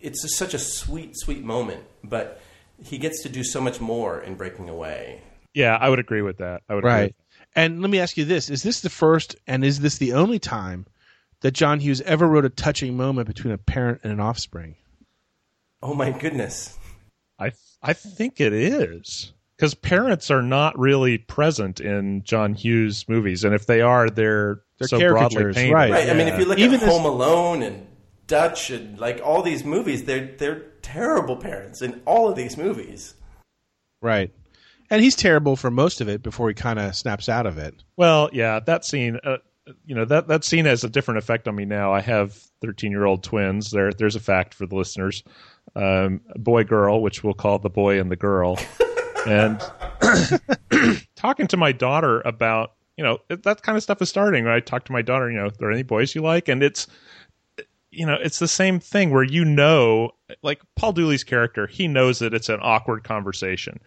J: it's just such a sweet sweet moment. But he gets to do so much more in Breaking Away.
B: Yeah, I would agree with that. I would agree.
A: Right. And let me ask you this: Is this the first, and is this the only time that John Hughes ever wrote a touching moment between a parent and an offspring?
J: Oh my goodness!
B: I I think it is because parents are not really present in John Hughes movies, and if they are, they're
A: They're
B: so broadly
A: caricatures,
B: painted.
A: right?
J: Right. I mean, if you look
A: Even
J: at Home Alone and Dutch and like all these movies, they're they're terrible parents in all of these movies.
A: right, and he's terrible for most of it before he kind of snaps out of it.
B: Well, yeah, that scene. Uh, you know that that scene has a different effect on me now. I have thirteen year old twins. There, there's a fact for the listeners: um, boy, girl, which we'll call the boy and the girl. and talking to my daughter about you know it- that kind of stuff is starting. Right? I talk to my daughter. You know, are there any boys you like? And it's you know, it's the same thing where you know, like Paul Dooley's character, he knows that it's an awkward conversation,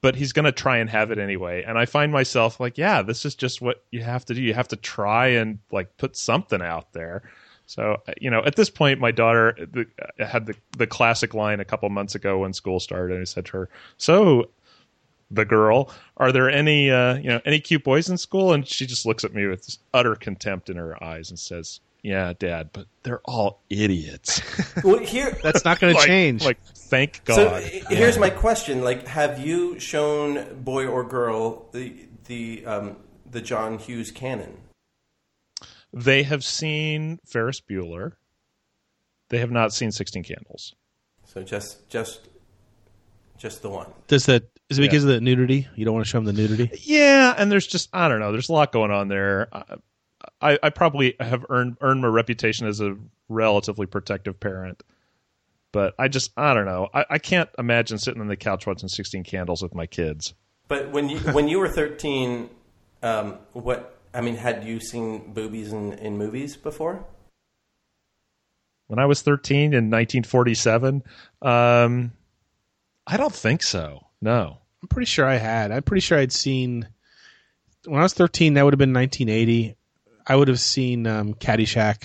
B: but he's going to try and have it anyway. And I find myself like, yeah, this is just what you have to do. You have to try and like put something out there. So, uh, you know, at this point, my daughter uh, the, had the, the classic line a couple months ago when school started. And I said to her, So, the girl, are there any, uh, you know, any cute boys in school? And she just looks at me with this utter contempt in her eyes and says, Yeah, dad, but they're all idiots.
J: Well, here
A: That's not going
B: Like-
A: to change.
B: Like, thank God.
J: So h- here's my question: Like, have you shown boy or girl the the um, the John Hughes canon?
B: They have seen Ferris Bueller. They have not seen Sixteen Candles.
J: So just just just the one.
A: Does that is it
B: Yeah.
A: because of the nudity? You don't want to show him the nudity.
B: Yeah, and there's just I don't know. There's a lot going on there. I, I, I probably have earned earned my reputation as a relatively protective parent, but I just I don't know. I, I can't imagine sitting on the couch watching Sixteen Candles with my kids.
J: But when you when you were thirteen, um, what I mean, had you seen boobies in, in movies before?
B: When I was 13 in 1947, um, I don't think so. No.
A: I'm pretty sure I had. I'm pretty sure I'd seen when I was 13. That would have been 1980. I would have seen um, Caddyshack.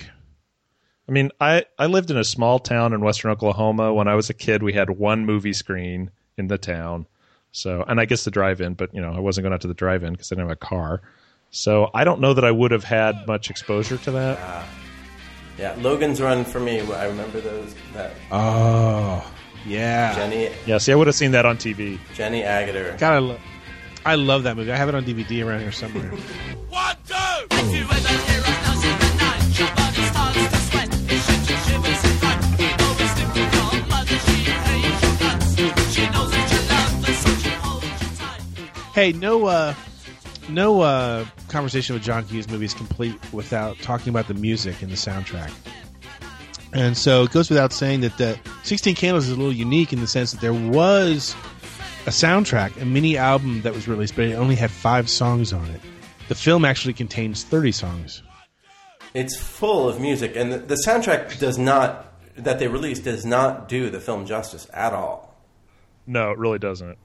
B: I mean, I, I lived in a small town in western Oklahoma. When I was a kid, we had one movie screen in the town. So, and I guess the drive-in, but you know, I wasn't going out to the drive-in because I didn't have a car. So, I don't know that I would have had much exposure to that.
J: Yeah, Logan's Run for me. I remember those that
A: Oh, yeah.
J: Jenny
B: yeah, see, I would have seen that on TV.
J: Jenny Agutter.
A: God, I love, I love that movie. I have it on DVD around here somewhere. hey, no, uh, no uh, conversation with John Hughes movie is complete without talking about the music and the soundtrack. And so it goes without saying that the 16 Candles is a little unique in the sense that there was a soundtrack, a mini album that was released, but it only had five songs on it. The film actually contains 30 songs.
J: It's full of music, and the, the soundtrack does not that they released does not do the film justice at all.
B: No, it really doesn't.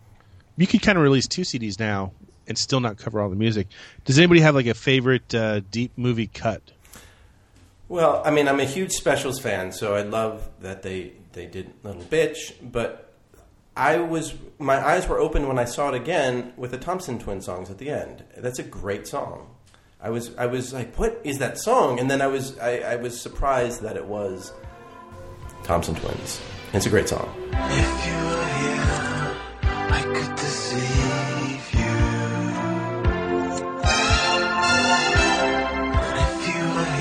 A: You could kind of release two CDs now and still not cover all the music. Does anybody have like a favorite uh, deep movie cut?
J: Well, I mean, I'm a huge specials fan, so I love that they they did Little Bitch, but I was my eyes were open when I saw it again with the Thompson Twin songs at the end. That's a great song. I was I was like, what is that song? And then I was I, I was surprised that it was Thompson Twins. It's a great song.
T: I could deceive you. If you were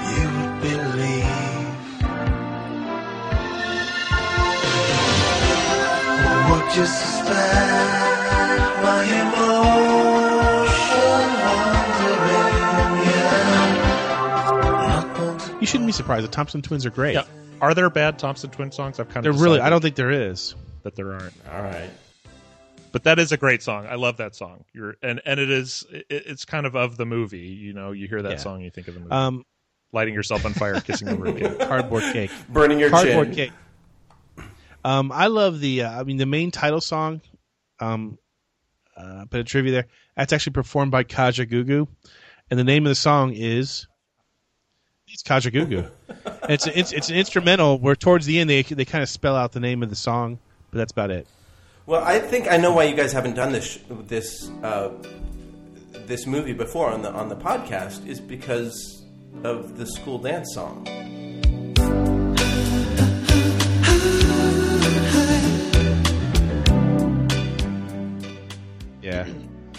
T: here, you would believe. Or would you suspect my emotion wandering?
A: You shouldn't be surprised. The Thompson Twins are great.
B: Yeah. Are there bad Thompson Twin songs? I've kind
A: They're
B: of
A: really.
B: decided
A: I don't think there is.
B: that there aren't.
J: All right.
B: But that is a great song. I love that song. You're and and it is it, it's kind of of the movie. You know, you hear that
A: Yeah.
B: song, you think of the movie.
A: Um,
B: Lighting yourself on fire, kissing over a kid.
A: cardboard cake,
J: Burning your
A: cardboard
J: chin.
A: cake. Um, I love the. Uh, I mean, the main title song. Um, uh, bit of trivia there. That's actually performed by Kaja Gugu, and the name of the song is. It's Kaja Gugu. And it's it's it's an instrumental where towards the end they they kind of spell out the name of the song, but that's about it.
J: Well, I think I know why you guys haven't done this this uh, this movie before on the on the podcast is because of the school dance song.
A: Yeah.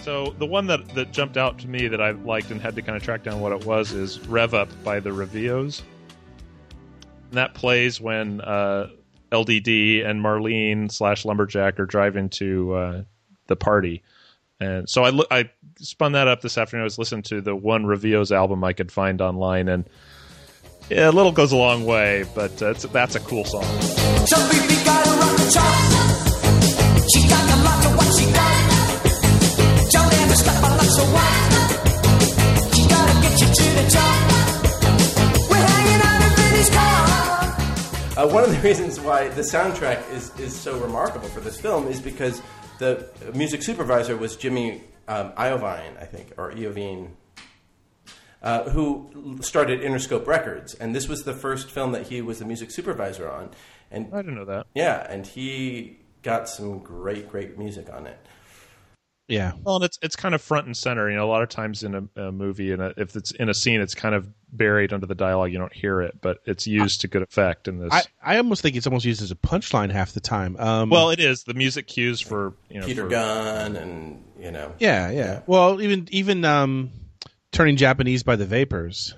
B: So the one that, that jumped out to me that I liked and had to kind of track down what it was is Rev Up by the Revios. And that plays when uh, LDD and Marlene slash Lumberjack are driving to uh, the party. And so I, lo- I spun that up this afternoon. I was listening to the one Revios album I could find online. And yeah, a little goes a long way, but uh, it's, that's a cool song.
T: Some baby gotta rock the chop. She got the lot of what she got. Don't ever stop her like so what? She gotta get you to the top. We're hanging out in Vinny's car.
J: Uh, one of the reasons why the soundtrack is, is so remarkable for this film is because the music supervisor was Jimmy um, Iovine, I think, or Iovine, uh, who started Interscope Records, and this was the first film that he was the music supervisor on. And I
B: didn't know that.
J: Yeah, and he got some great, great music on it.
A: Yeah.
B: Well, and it's it's kind of front and center. You know, a lot of times in a, a movie, and if it's in a scene, it's kind of buried under the dialogue. You don't hear it, but it's used to good effect in this.
A: I, I almost think it's almost used as a punchline half the time. Um,
B: well, it is the music cues for you know
J: Peter
B: for-
J: Gunn, and you know,
A: yeah, yeah, Well, even even um, turning Japanese by the vapors.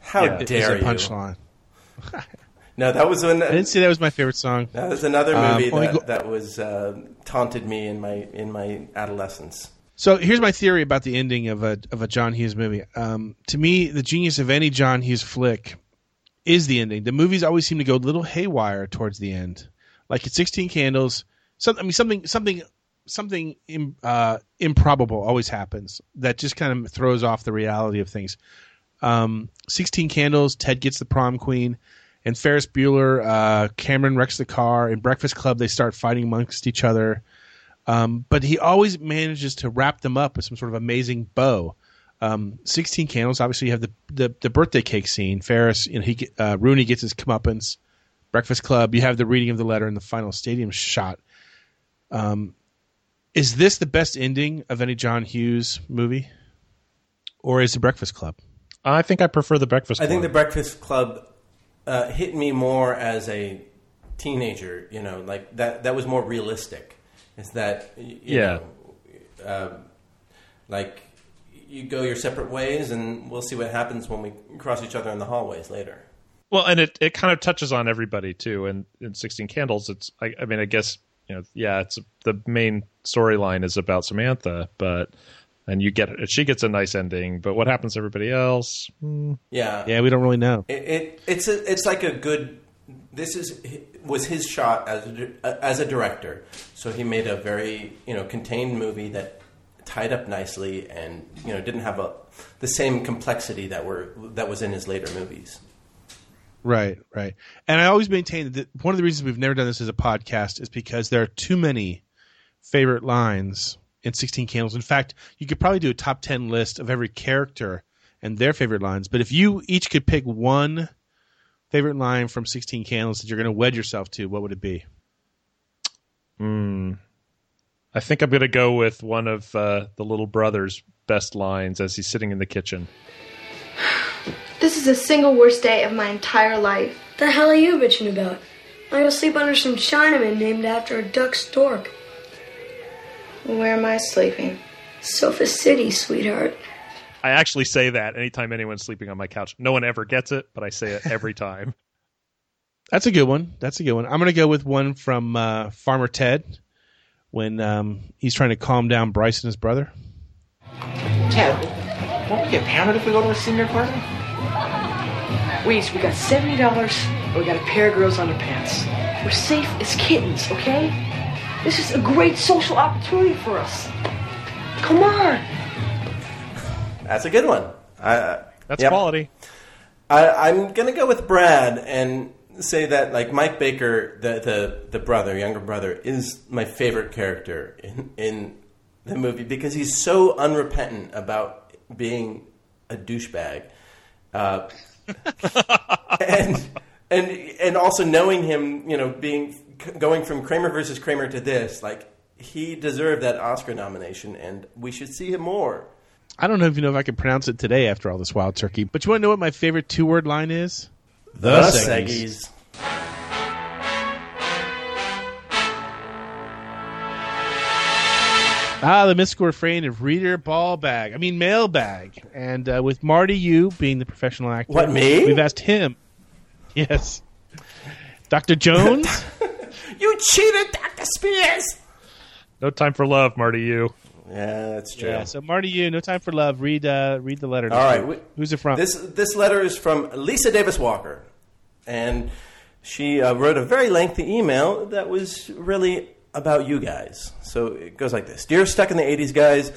J: How
A: Yeah. is
J: dare
A: a
J: you.
A: punchline?
J: No, that was when
A: I didn't say that was my favorite song.
J: That was another
A: Um,
J: movie
A: let me
J: that,
A: go-
J: that was uh, taunted me in my in my adolescence.
A: So here's my theory about the ending of a of a John Hughes movie. Um, to me, the genius of any John Hughes flick is the ending. The movies always seem to go a little haywire towards the end, like at Sixteen Candles. Some, I mean, something something something im, uh, improbable always happens that just kind of throws off the reality of things. Um, Sixteen Candles, Ted gets the prom queen, and Ferris Bueller, uh, Cameron wrecks the car. In Breakfast Club, they start fighting amongst each other. Um, but he always manages to wrap them up with some sort of amazing bow. Um, 16 candles. Obviously, you have the, the, the birthday cake scene. Ferris, you know, he get- uh, Rooney gets his comeuppance. Breakfast Club. You have the reading of the letter and the final stadium shot. Um, is this the best ending of any John Hughes movie, or is the Breakfast Club?
B: I think I prefer the Breakfast.
J: I think the Breakfast Club uh, hit me more as a teenager. You know, like that that was more realistic. Is that y- you
B: Yeah.
J: Know, um, like you go your separate ways, and we'll see what happens when we cross each other in the hallways later.
B: Well, and it, it kind of touches on everybody too. And in Sixteen Candles, it's I, I mean I guess you know yeah it's the main storyline is about Samantha, but and you get she gets a nice ending, but what happens to everybody else? Hmm.
J: Yeah.
A: Yeah, we don't really know.
J: It, it it's a, it's like a good. This is was his shot as a, di- as a director, so he made a very you know contained movie that tied up nicely and you know didn't have a the same complexity that were that was in his later movies.
A: Right, right. And I always maintain that one of the reasons we've never done this as a podcast is because there are too many favorite lines in 16 Candles. In fact, you could probably do a top 10 list of every character and their favorite lines. But if you each could pick one favorite line from 16 Candles that you're going to wed yourself to, what would it be?
B: Hmm. I think I'm going to go with one of uh, the little brother's best lines as he's sitting in the kitchen.
O: This is the single worst day of my entire life.
R: The hell are you bitching about? I'm gonna sleep under some Chinaman named after a duck stork.
O: Where am I sleeping?
R: Sofa City, sweetheart.
B: I actually say that anytime anyone's sleeping on my couch. No one ever gets it, but I say it every time.
A: That's a good one. That's a good one. I'm going to go with one from uh, Farmer Ted when um, he's trying to calm down Bryce and his brother.
U: Ted, won't we get pounded if we go to a senior party?
Q: Reese, we got seventy dollars. We got a pair of girls' underpants. We're safe as kittens, okay? This is a great social opportunity for us. Come on.
J: That's a good one. I,
B: That's
J: quality. I, I'm gonna go with Brad and say that like Mike Baker, the the, the brother, younger brother, is my favorite character in in the movie because he's so unrepentant about being a douchebag, uh, and and and also knowing him, you know, being going from Kramer versus Kramer to this, like he deserved that Oscar nomination, and we should see him more.
A: I don't know if you know if I can pronounce it today after all this wild turkey, but you want to know what my favorite two word line is?
J: Seggies.
A: Ah, the mystical refrain of reader ball bag. I mean mailbag. And uh, with Marty, you being the professional actor,
J: What, me?
A: We've asked him. Yes, Doctor Jones.
J: You cheated, Dr. Spears!
B: No time for love, Marty. You.
J: Yeah, that's true.
A: yeah. So Marty, you. No time for love. Read. Uh, read the letter.
J: All right, we-
A: Who's it from?
J: This this letter is from Lisa Davis Walker, and she uh, wrote a very lengthy email that was really about you guys. So it goes like this: Dear Stuck in the '80s guys,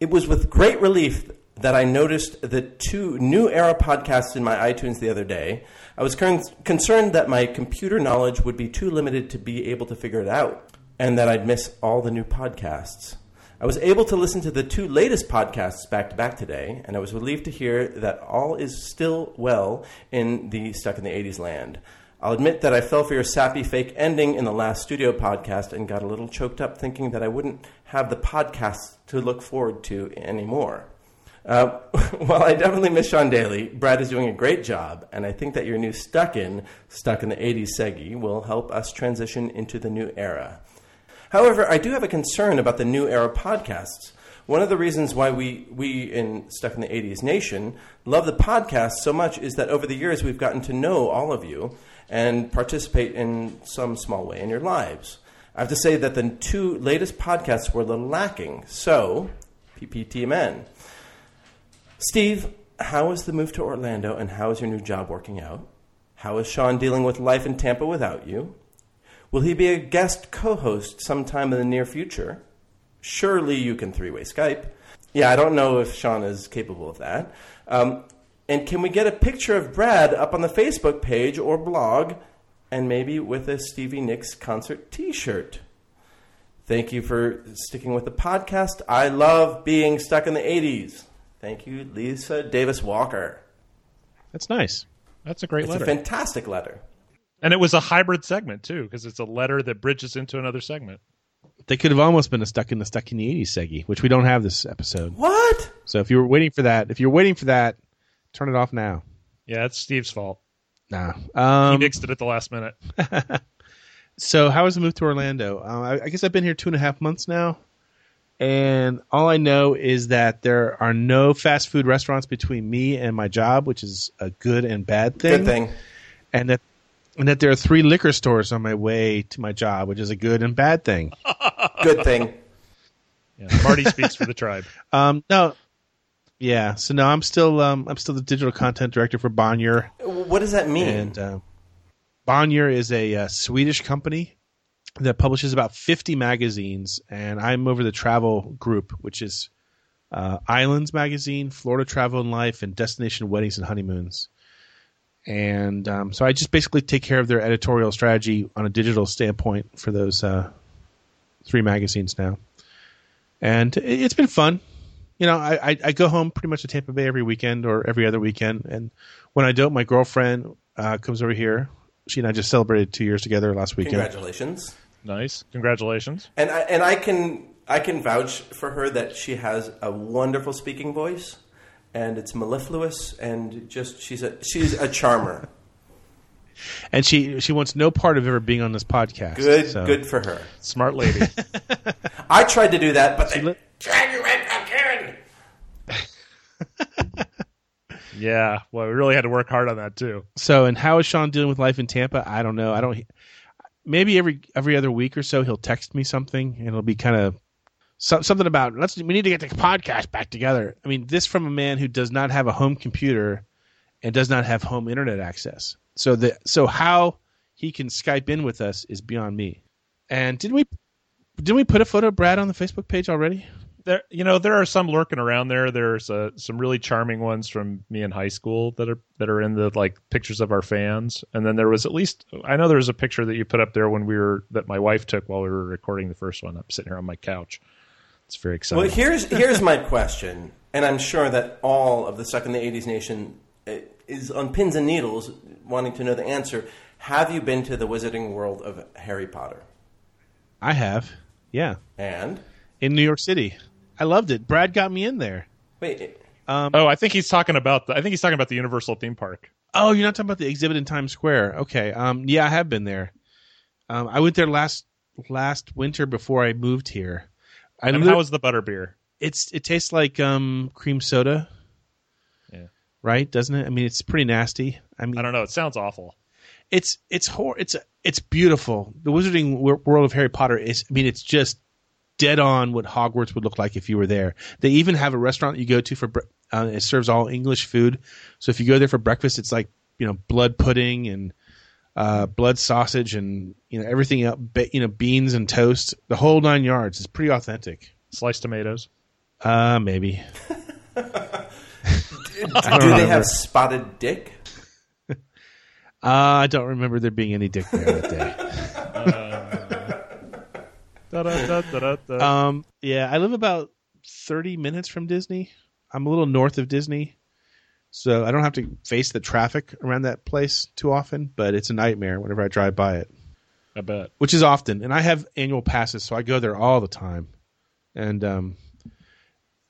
J: it was with great relief that I noticed the two new era podcasts in my iTunes the other day. I was con- concerned that my computer knowledge would be too limited to be able to figure it out, and that I'd miss all the new podcasts. I was able to listen to the two latest podcasts back to back today, and I was relieved to hear that all is still well in the Stuck in the 80s land. I'll admit that I fell for your sappy fake ending in the last studio podcast and got a little choked up thinking that I wouldn't have the podcasts to look forward to anymore. Uh, while I definitely miss Sean Daly, Brad is doing a great job, and I think that your new Stuck in, Stuck in the 80s Segi will help us transition into the new era. However, I do have a concern about the new era podcasts. One of the reasons why we, we in Stuck in the 80s Nation love the podcast so much is that over the years we've gotten to know all of you and participate in some small way in your lives. I have to say that the two latest podcasts were a little lacking, so PPTMN. Steve, how is the move to Orlando and how is your new job working out? How is Sean dealing with life in Tampa without you? Will he be a guest co host sometime in the near future? Surely you can three way Skype. Yeah, I don't know if Sean is capable of that. Um, and can we get a picture of Brad up on the Facebook page or blog and maybe with a Stevie Nicks concert t shirt? Thank you for sticking with the podcast. I love being stuck in the 80s. Thank you, Lisa Davis Walker.
A: That's nice.
B: That's a great
J: it's
B: letter.
J: a fantastic letter.
B: and it was a hybrid segment too, because it's a letter that bridges into another segment.
A: They could have almost been a stuck in the stuck in the eighties seggy, which we don't have this episode.
J: What?
A: So if you were waiting for that, if you're waiting for that, turn it off now.
B: Yeah, it's Steve's fault.
A: Nah. Um,
B: he mixed it at the last minute.
A: So, how was the move to Orlando? Uh, I, I guess I've been here two and a half months now, and all I know is that there are no fast food restaurants between me and my job, which is a good and bad thing.
J: Good thing.
A: And that and that there are three liquor stores on my way to my job, which is a good and bad thing.
J: Good thing.
B: Yeah, Marty speaks for the tribe.
A: Um, no, yeah. So no, I'm still um, I'm still the digital content director for Bonnier.
J: What does that mean?
A: And uh, Bonnier is a uh, Swedish company that publishes about 50 magazines, and I'm over the travel group, which is uh, Islands Magazine, Florida Travel and Life, and Destination Weddings and Honeymoons. And um, so I just basically take care of their editorial strategy on a digital standpoint for those uh, three magazines now. And it- it's been fun. You know, I, I, I go home pretty much to Tampa Bay every weekend or every other weekend. And when I don't, my girlfriend uh, comes over here. She and I just celebrated two years together last weekend.
J: Congratulations.
B: Nice. Congratulations.
J: And I, and I can I can vouch for her that she has a wonderful speaking voice, and it's mellifluous, and just she's a she's a charmer.
A: And she she wants no part of ever being on this podcast.
J: Good
A: so-
J: good for her.
B: Smart lady.
J: I tried to do that, but they
T: Drag you right back in.
B: Yeah. Well, we really had to work hard on that too.
A: So, and how is Sean dealing with life in Tampa? I don't know. I don't. Maybe every every other week or so, he'll text me something, and it'll be kind of so, something about let's we need to get the podcast back together. I mean, this from a man who does not have a home computer and does not have home internet access. So the so how he can Skype in with us is beyond me. And did we did we put a photo of Brad on the Facebook page already?
B: There, you know, there are some lurking around there. There's uh, some really charming ones from me in high school that are that are in the like pictures of our fans. And then there was at least I know there was a picture that you put up there when we were that my wife took while we were recording the first one. I'm sitting here on my couch. It's very exciting.
J: Well, here's here's my question, and I'm sure that all of the stuck in the '80s nation eh, is on pins and needles, wanting to know the answer. Have you been to the Wizarding World of Harry Potter?
A: I have, yeah,
J: And
A: in New York City. I loved it. Brad got me in there.
J: wait, eh,
A: Um,
B: oh, I think he's talking about the, I think he's talking about the Universal theme park.
A: Oh, you're not talking about the exhibit in Times Square. Okay. Um, yeah, I have been there. Um, I went there last last winter before I moved here. I
B: and
A: know-
B: how is the butter beer?
A: It's it tastes like um cream soda.
B: Yeah.
A: Right, doesn't it? I mean, it's pretty nasty. I mean, I
B: don't know. It sounds awful.
A: It's it's hor- it's it's beautiful. The Wizarding Wor- World of Harry Potter is. I mean, it's just dead on what Hogwarts would look like if you were there. They even have a restaurant you go to for bre- uh, it serves all English food. So if you go there for breakfast, it's like you know blood pudding and uh, blood sausage and you know everything else. Be- you know beans and toast, the whole nine yards. It's pretty authentic.
B: Sliced tomatoes.
A: Uh maybe.
J: Do
A: I don't
J: they
A: remember.
J: have spotted dick?
A: Uh, I don't remember there being any dick there that day. um, yeah, I live about 30 minutes from Disney. I'm a little north of Disney, so I don't have to face the traffic around that place too often, but it's a nightmare whenever I drive by it,
B: I bet.
A: which is often. And I have annual passes, so I go there all the time. And um,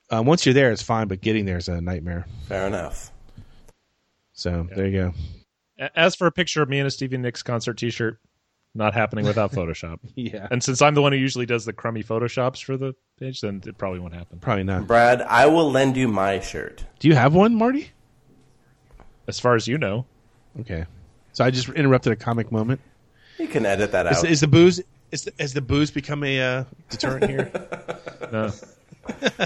A: uh, once you're there, it's fine, but getting there is a nightmare.
J: Fair enough.
A: So there you go.
B: A- As for a picture of me in a Stevie Nicks concert T-shirt, not happening without Photoshop.
A: Yeah.
B: And since I'm the one who usually does the crummy photoshops for the page, then it probably won't happen.
A: Probably not.
J: Brad, I will lend you my shirt.
A: Do you have one, Marty?
B: As far as you know.
A: Okay. So I just interrupted a comic moment.
J: You can edit that out.
A: Is, is the booze is the, has the booze become a uh, deterrent here?
B: No.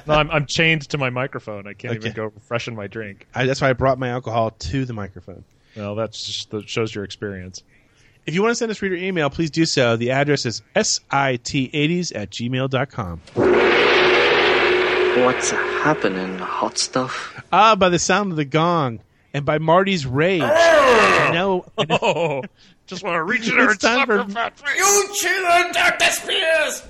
B: no, I'm, I'm chained to my microphone. I can't even
A: Okay.
B: go freshen my drink.
A: I, that's why I brought my alcohol to the microphone.
B: Well, that's just, that shows your experience.
A: If you want to send us reader email, please do so. The address is sit80s at gmail.com.
D: What's happening, hot stuff?
A: Ah, by the sound of the gong and by Marty's rage. I know. I know.
B: just want to reach
A: in there It's and time slap for- her
T: You children, Dr. Spears!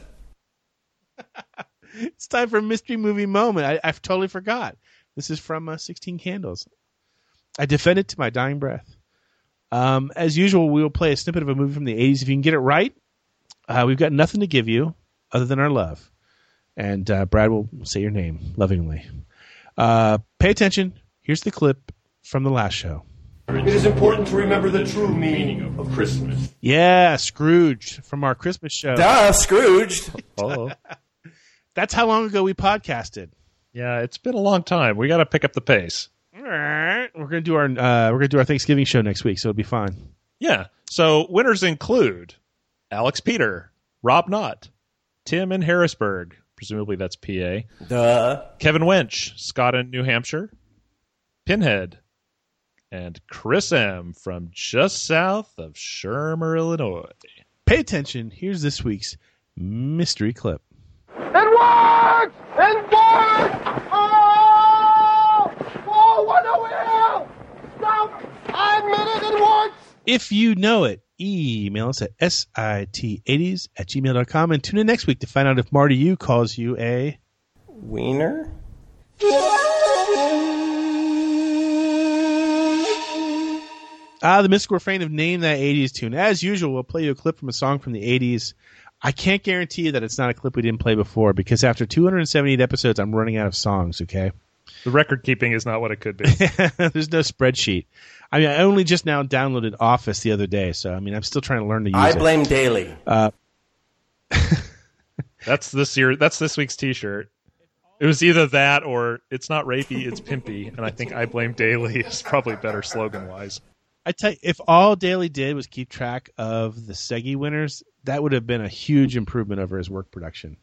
A: It's time for mystery movie moment. I, I've totally forgot. This is from uh, 16 Candles. I defend it to my dying breath. Um, as usual, we will play a snippet of a movie from the 80s. If you can get it right, uh, we've got nothing to give you other than our love. And uh, Brad will say your name lovingly. Uh, pay attention. Here's the clip from the last show.
V: It is important to remember the true meaning of Christmas.
A: Yeah, Scrooge from our Christmas show.
V: Duh,
J: Scrooged.
B: Oh.
A: That's how long ago we podcasted.
B: Yeah, it's been a long time. We got to pick up the pace.
A: All right, we're gonna do our uh, we're gonna do our Thanksgiving show next week, so it'll be fine.
B: Yeah. So winners include Alex Peter, Rob Knott, Tim in Harrisburg, presumably that's PA.
J: Duh.
B: Kevin Wench, Scott in New Hampshire, Pinhead, and Chris M from just south of Shermer, Illinois.
A: Pay attention. Here's this week's mystery clip.
T: And work! And work! Oh! Oh, what a will! Stop! I admit it, it works!
A: If you know it, email us at sit80s at gmail.com and tune in next week to find out if Marty U calls you a
J: wiener.
A: Ah, the mystical refrain of Name That 80s Tune. As usual, we'll play you a clip from a song from the 80s. I can't guarantee you that it's not a clip we didn't play before because after 278 episodes, I'm running out of songs, okay?
B: The record keeping is not what it could be.
A: There's no spreadsheet. I mean, I only just now downloaded Office the other day, so I mean, I'm still trying to learn to use
J: I
A: it.
J: blame Daly.
A: Uh,
B: That's this year. That's this week's T-shirt. It was either that or it's not rapey, it's pimpy, and I think I blame Daily is probably better slogan wise.
A: I tell you, if all Daly did was keep track of the Segi winners, that would have been a huge improvement over his work production.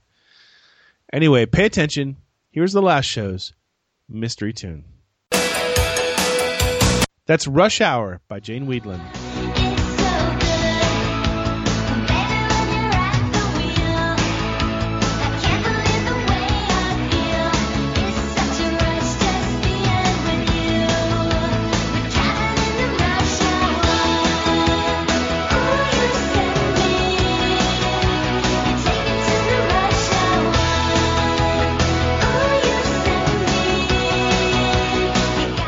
A: Anyway, pay attention. Here's the last show's mystery tune. That's Rush Hour by Jane Weedland.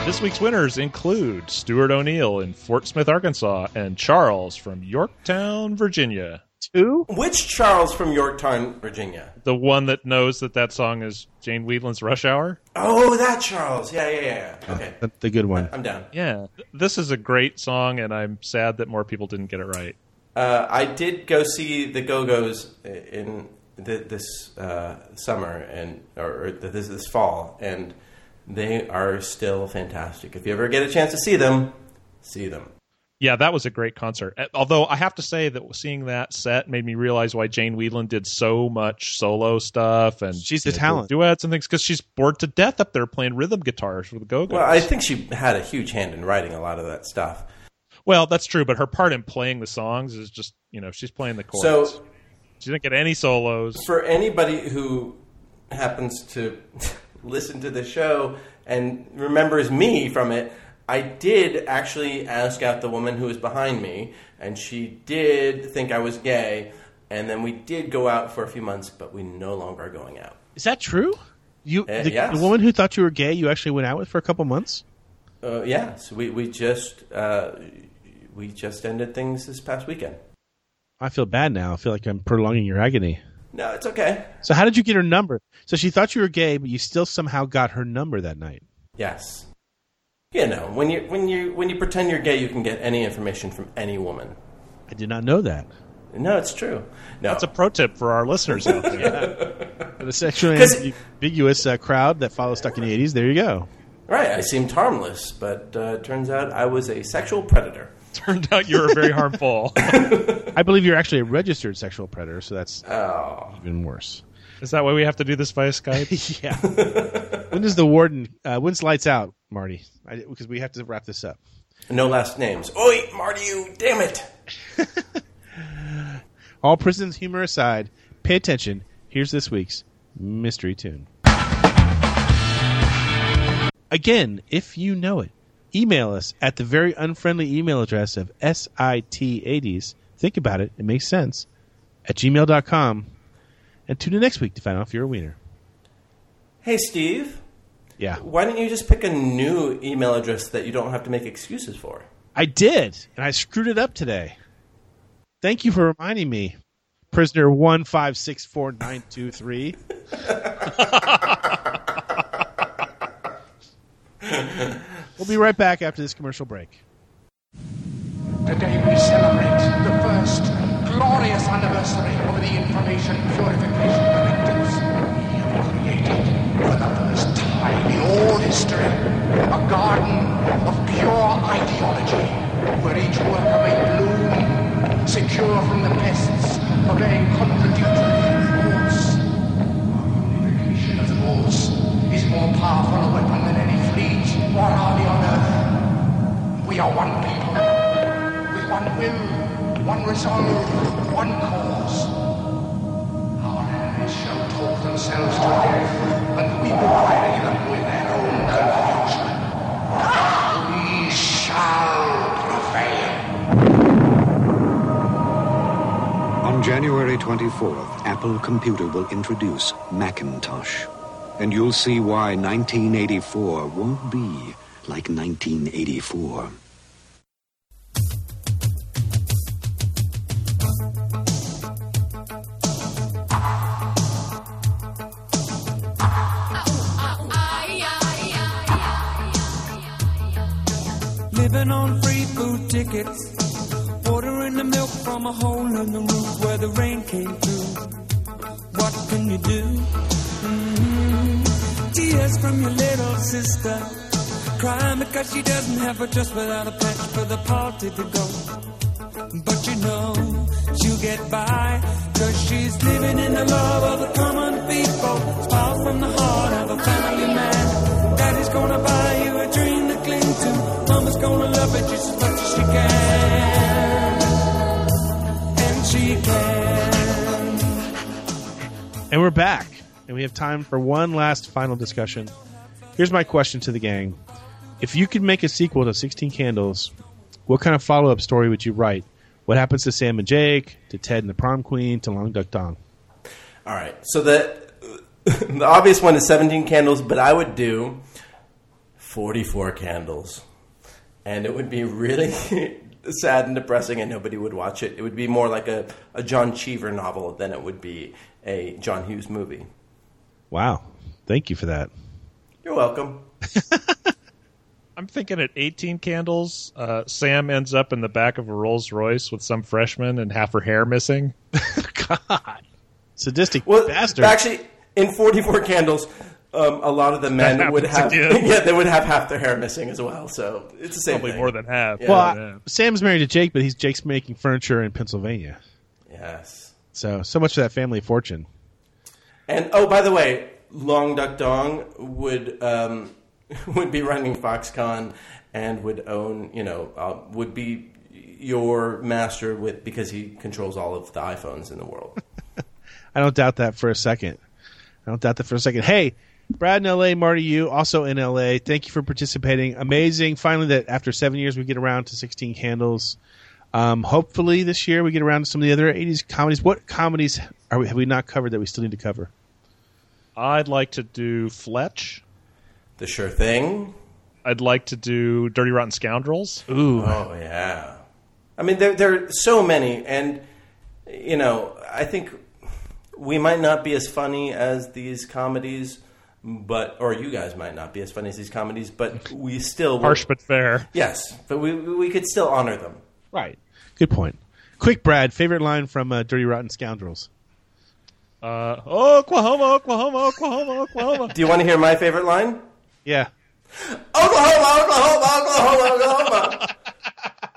B: This week's winners include Stuart O'Neill in Fort Smith, Arkansas, and Charles from Yorktown, Virginia.
A: Two?
J: Which Charles from Yorktown, Virginia?
B: The one that knows that that song is Jane Weedland's Rush Hour.
J: Oh, that Charles. Yeah, yeah, yeah.
A: Uh.
J: yeah. Okay.
A: The, the good one.
J: I'm down.
B: Yeah, th- this is a great song, and I'm sad that more people didn't get it right.
J: Uh, I did go see the Go Go's in th- this uh, summer and or, or th- this this fall, and they are still fantastic. If you ever get a chance to see them, see them.
B: Yeah, that was a great concert. Uh, Although I have to say that seeing that set made me realize why Jane Whelan did so much solo stuff and she's
A: a talent.
B: duets and things because she's bored to death up there playing rhythm guitars with the Go Go's.
J: Well, I think she had a huge hand in writing a lot of that stuff.
B: Well, that's true, but her part in playing the songs is just you know she's playing the chords.
J: So-
B: she didn't get any solos.
J: For anybody who happens to listen to the show and remembers me from it, I did actually ask out the woman who was behind me, and she did think I was gay, and then we did go out for a few months, but we no longer are going out.
A: Is that true? You,
J: Uh,
A: the,
J: yes.
A: the woman who thought you were gay, you actually went out with for a couple months.
J: Uh, yeah, so we, we just uh, we just ended things this past weekend.
A: I feel bad now. I feel like I'm prolonging your agony.
J: No, it's okay.
A: So how did you get her number? So she thought you were gay, but you still somehow got her number that night.
J: Yes. You know, when you when you when you pretend you're gay, you can get any information from any woman.
A: I did not know that.
J: No, it's true. No,
B: That's a pro tip for our listeners out there.
A: For the sexually
J: 'Cause-
A: ambiguous uh, crowd that follows Stuck in the 80s, there you go.
J: right. I seemed harmless, but uh, turns out I was a sexual predator.
B: Turned out you were very harmful.
A: I believe you're actually a registered sexual predator, so that's even worse.
B: Is that why we have to do this via Skype?
A: yeah. When does the warden, uh, when's lights out, Marty? Because we have to wrap this up.
J: No last names. Oi, Marty, you damn it!
A: All prison's humor aside, pay attention. Here's this week's mystery tune. Again, if you know it, email us at the very unfriendly email address of SIT80s. Think about it, it makes sense. At gmail.com. And tune in next week to find out if you're a wiener.
J: Hey, Steve.
A: Yeah.
J: Why don't you just pick a new email address that you don't have to make excuses for?
A: I did, and I screwed it up today. Thank you for reminding me. Prisoner one five six four nine two three. We'll be right back after this commercial break.
C: Today we celebrate the first glorious anniversary of the information purification directives. We have created, for the first time in all history, a garden of pure ideology, where each worker may bloom, secure from the pests, obeying contradictory rules. Unification of the laws is more powerful a weapon than any fleet or army on earth. We are one people, with one will, one resolve, one cause. Our enemies shall talk themselves to death, and we will bury them with their own confusion. We shall prevail.
I: On January 24th, Apple Computer will introduce Macintosh. And you'll see why 1984 won't be like 1984.
W: Living on free food tickets. Ordering the milk from a hole in the roof where the rain came through. What can you do? Mhm. Tears from your little sister. Crying because she doesn't have her dress without a patch for the party to go. But you know she'll get by. Cause she's living in the love of the common people. It's far from the heart of a family man. Daddy's gonna buy you a dream to cling to. Mama's gonna love it just as much as she can. And she can.
A: And we're back, and we have time for one last final discussion. Here's my question to the gang If you could make a sequel to 16 Candles, what kind of follow up story would you write? What happens to Sam and Jake, to Ted and the prom queen, to Long Duck Dong?
J: All right. So the the obvious one is 17 candles, but I would do 44 candles. And it would be really sad and depressing and nobody would watch it. It would be more like a, a John Cheever novel than it would be a John Hughes movie.
A: Wow. Thank you for that.
J: You're welcome.
B: I'm thinking at 18 candles, uh, Sam ends up in the back of a Rolls Royce with some freshman and half her hair missing. God.
A: sadistic bastard.
J: Actually, in 44 Candles, um, a lot of the men
A: That
J: would have
A: happens again.
J: yeah, they would have half their hair missing as well. So it's the same.
B: Probably
J: thing.
B: more than half.
J: Yeah.
A: well, I- Sam's married to Jake, but he's Jake's making furniture in Pennsylvania.
J: yes.
A: So so much for that family fortune.
J: And oh, by the way, Long Duck Dong would um, would be running Foxconn and would own, you know, uh, would be your master with because he controls all of the iPhones in the world.
A: I don't doubt that for a second. I don't doubt that for a second. Hey, Brad in LA, Marty, you also in LA. Thank you for participating. Amazing. Finally, that after seven years, we get around to 16 Candles. Um, hopefully, this year we get around to some of the other 80s comedies. What comedies are we, have we not covered that we still need to cover?
B: I'd like to do Fletch.
J: The sure thing.
B: I'd like to do Dirty Rotten Scoundrels.
A: Ooh.
J: Oh yeah. I mean, there there are so many, and you know, I think we might not be as funny as these comedies, but or you guys might not be as funny as these comedies, but we still
B: Harsh but fair.
J: Yes, but we we could still honor them.
A: Right. Good point. Quick, Brad, favorite line from uh, Dirty Rotten Scoundrels?
B: Uh, oh, Oklahoma, Oklahoma, Oklahoma, Oklahoma.
J: Do you want to hear my favorite line?
A: Yeah.
J: Oklahoma, Oklahoma, Oklahoma, Oklahoma.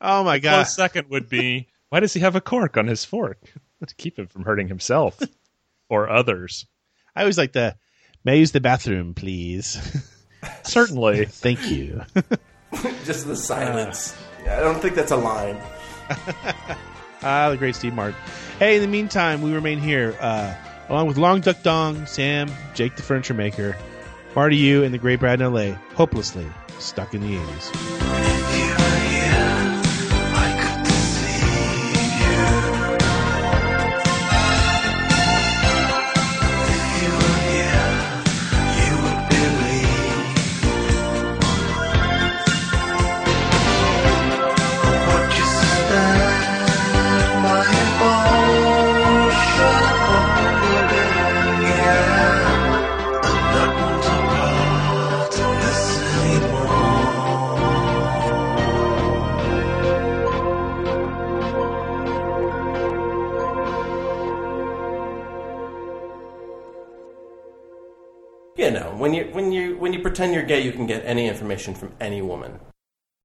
A: Oh my
B: god! Close second would be why does he have a cork on his fork to keep him from hurting himself or others?
A: I always like the may I use the bathroom, please.
B: Certainly.
A: Thank you.
J: Just the silence. Yeah, I don't think that's a line.
A: Ah, the great Steve Martin. Hey, in the meantime, we remain here uh, along with Long Duck Dong, Sam, Jake the Furniture Maker, Marty U, and the great Brad in LA, hopelessly stuck in the 80s.
J: You know, when you when you when you pretend you're gay, you can get any information from any woman.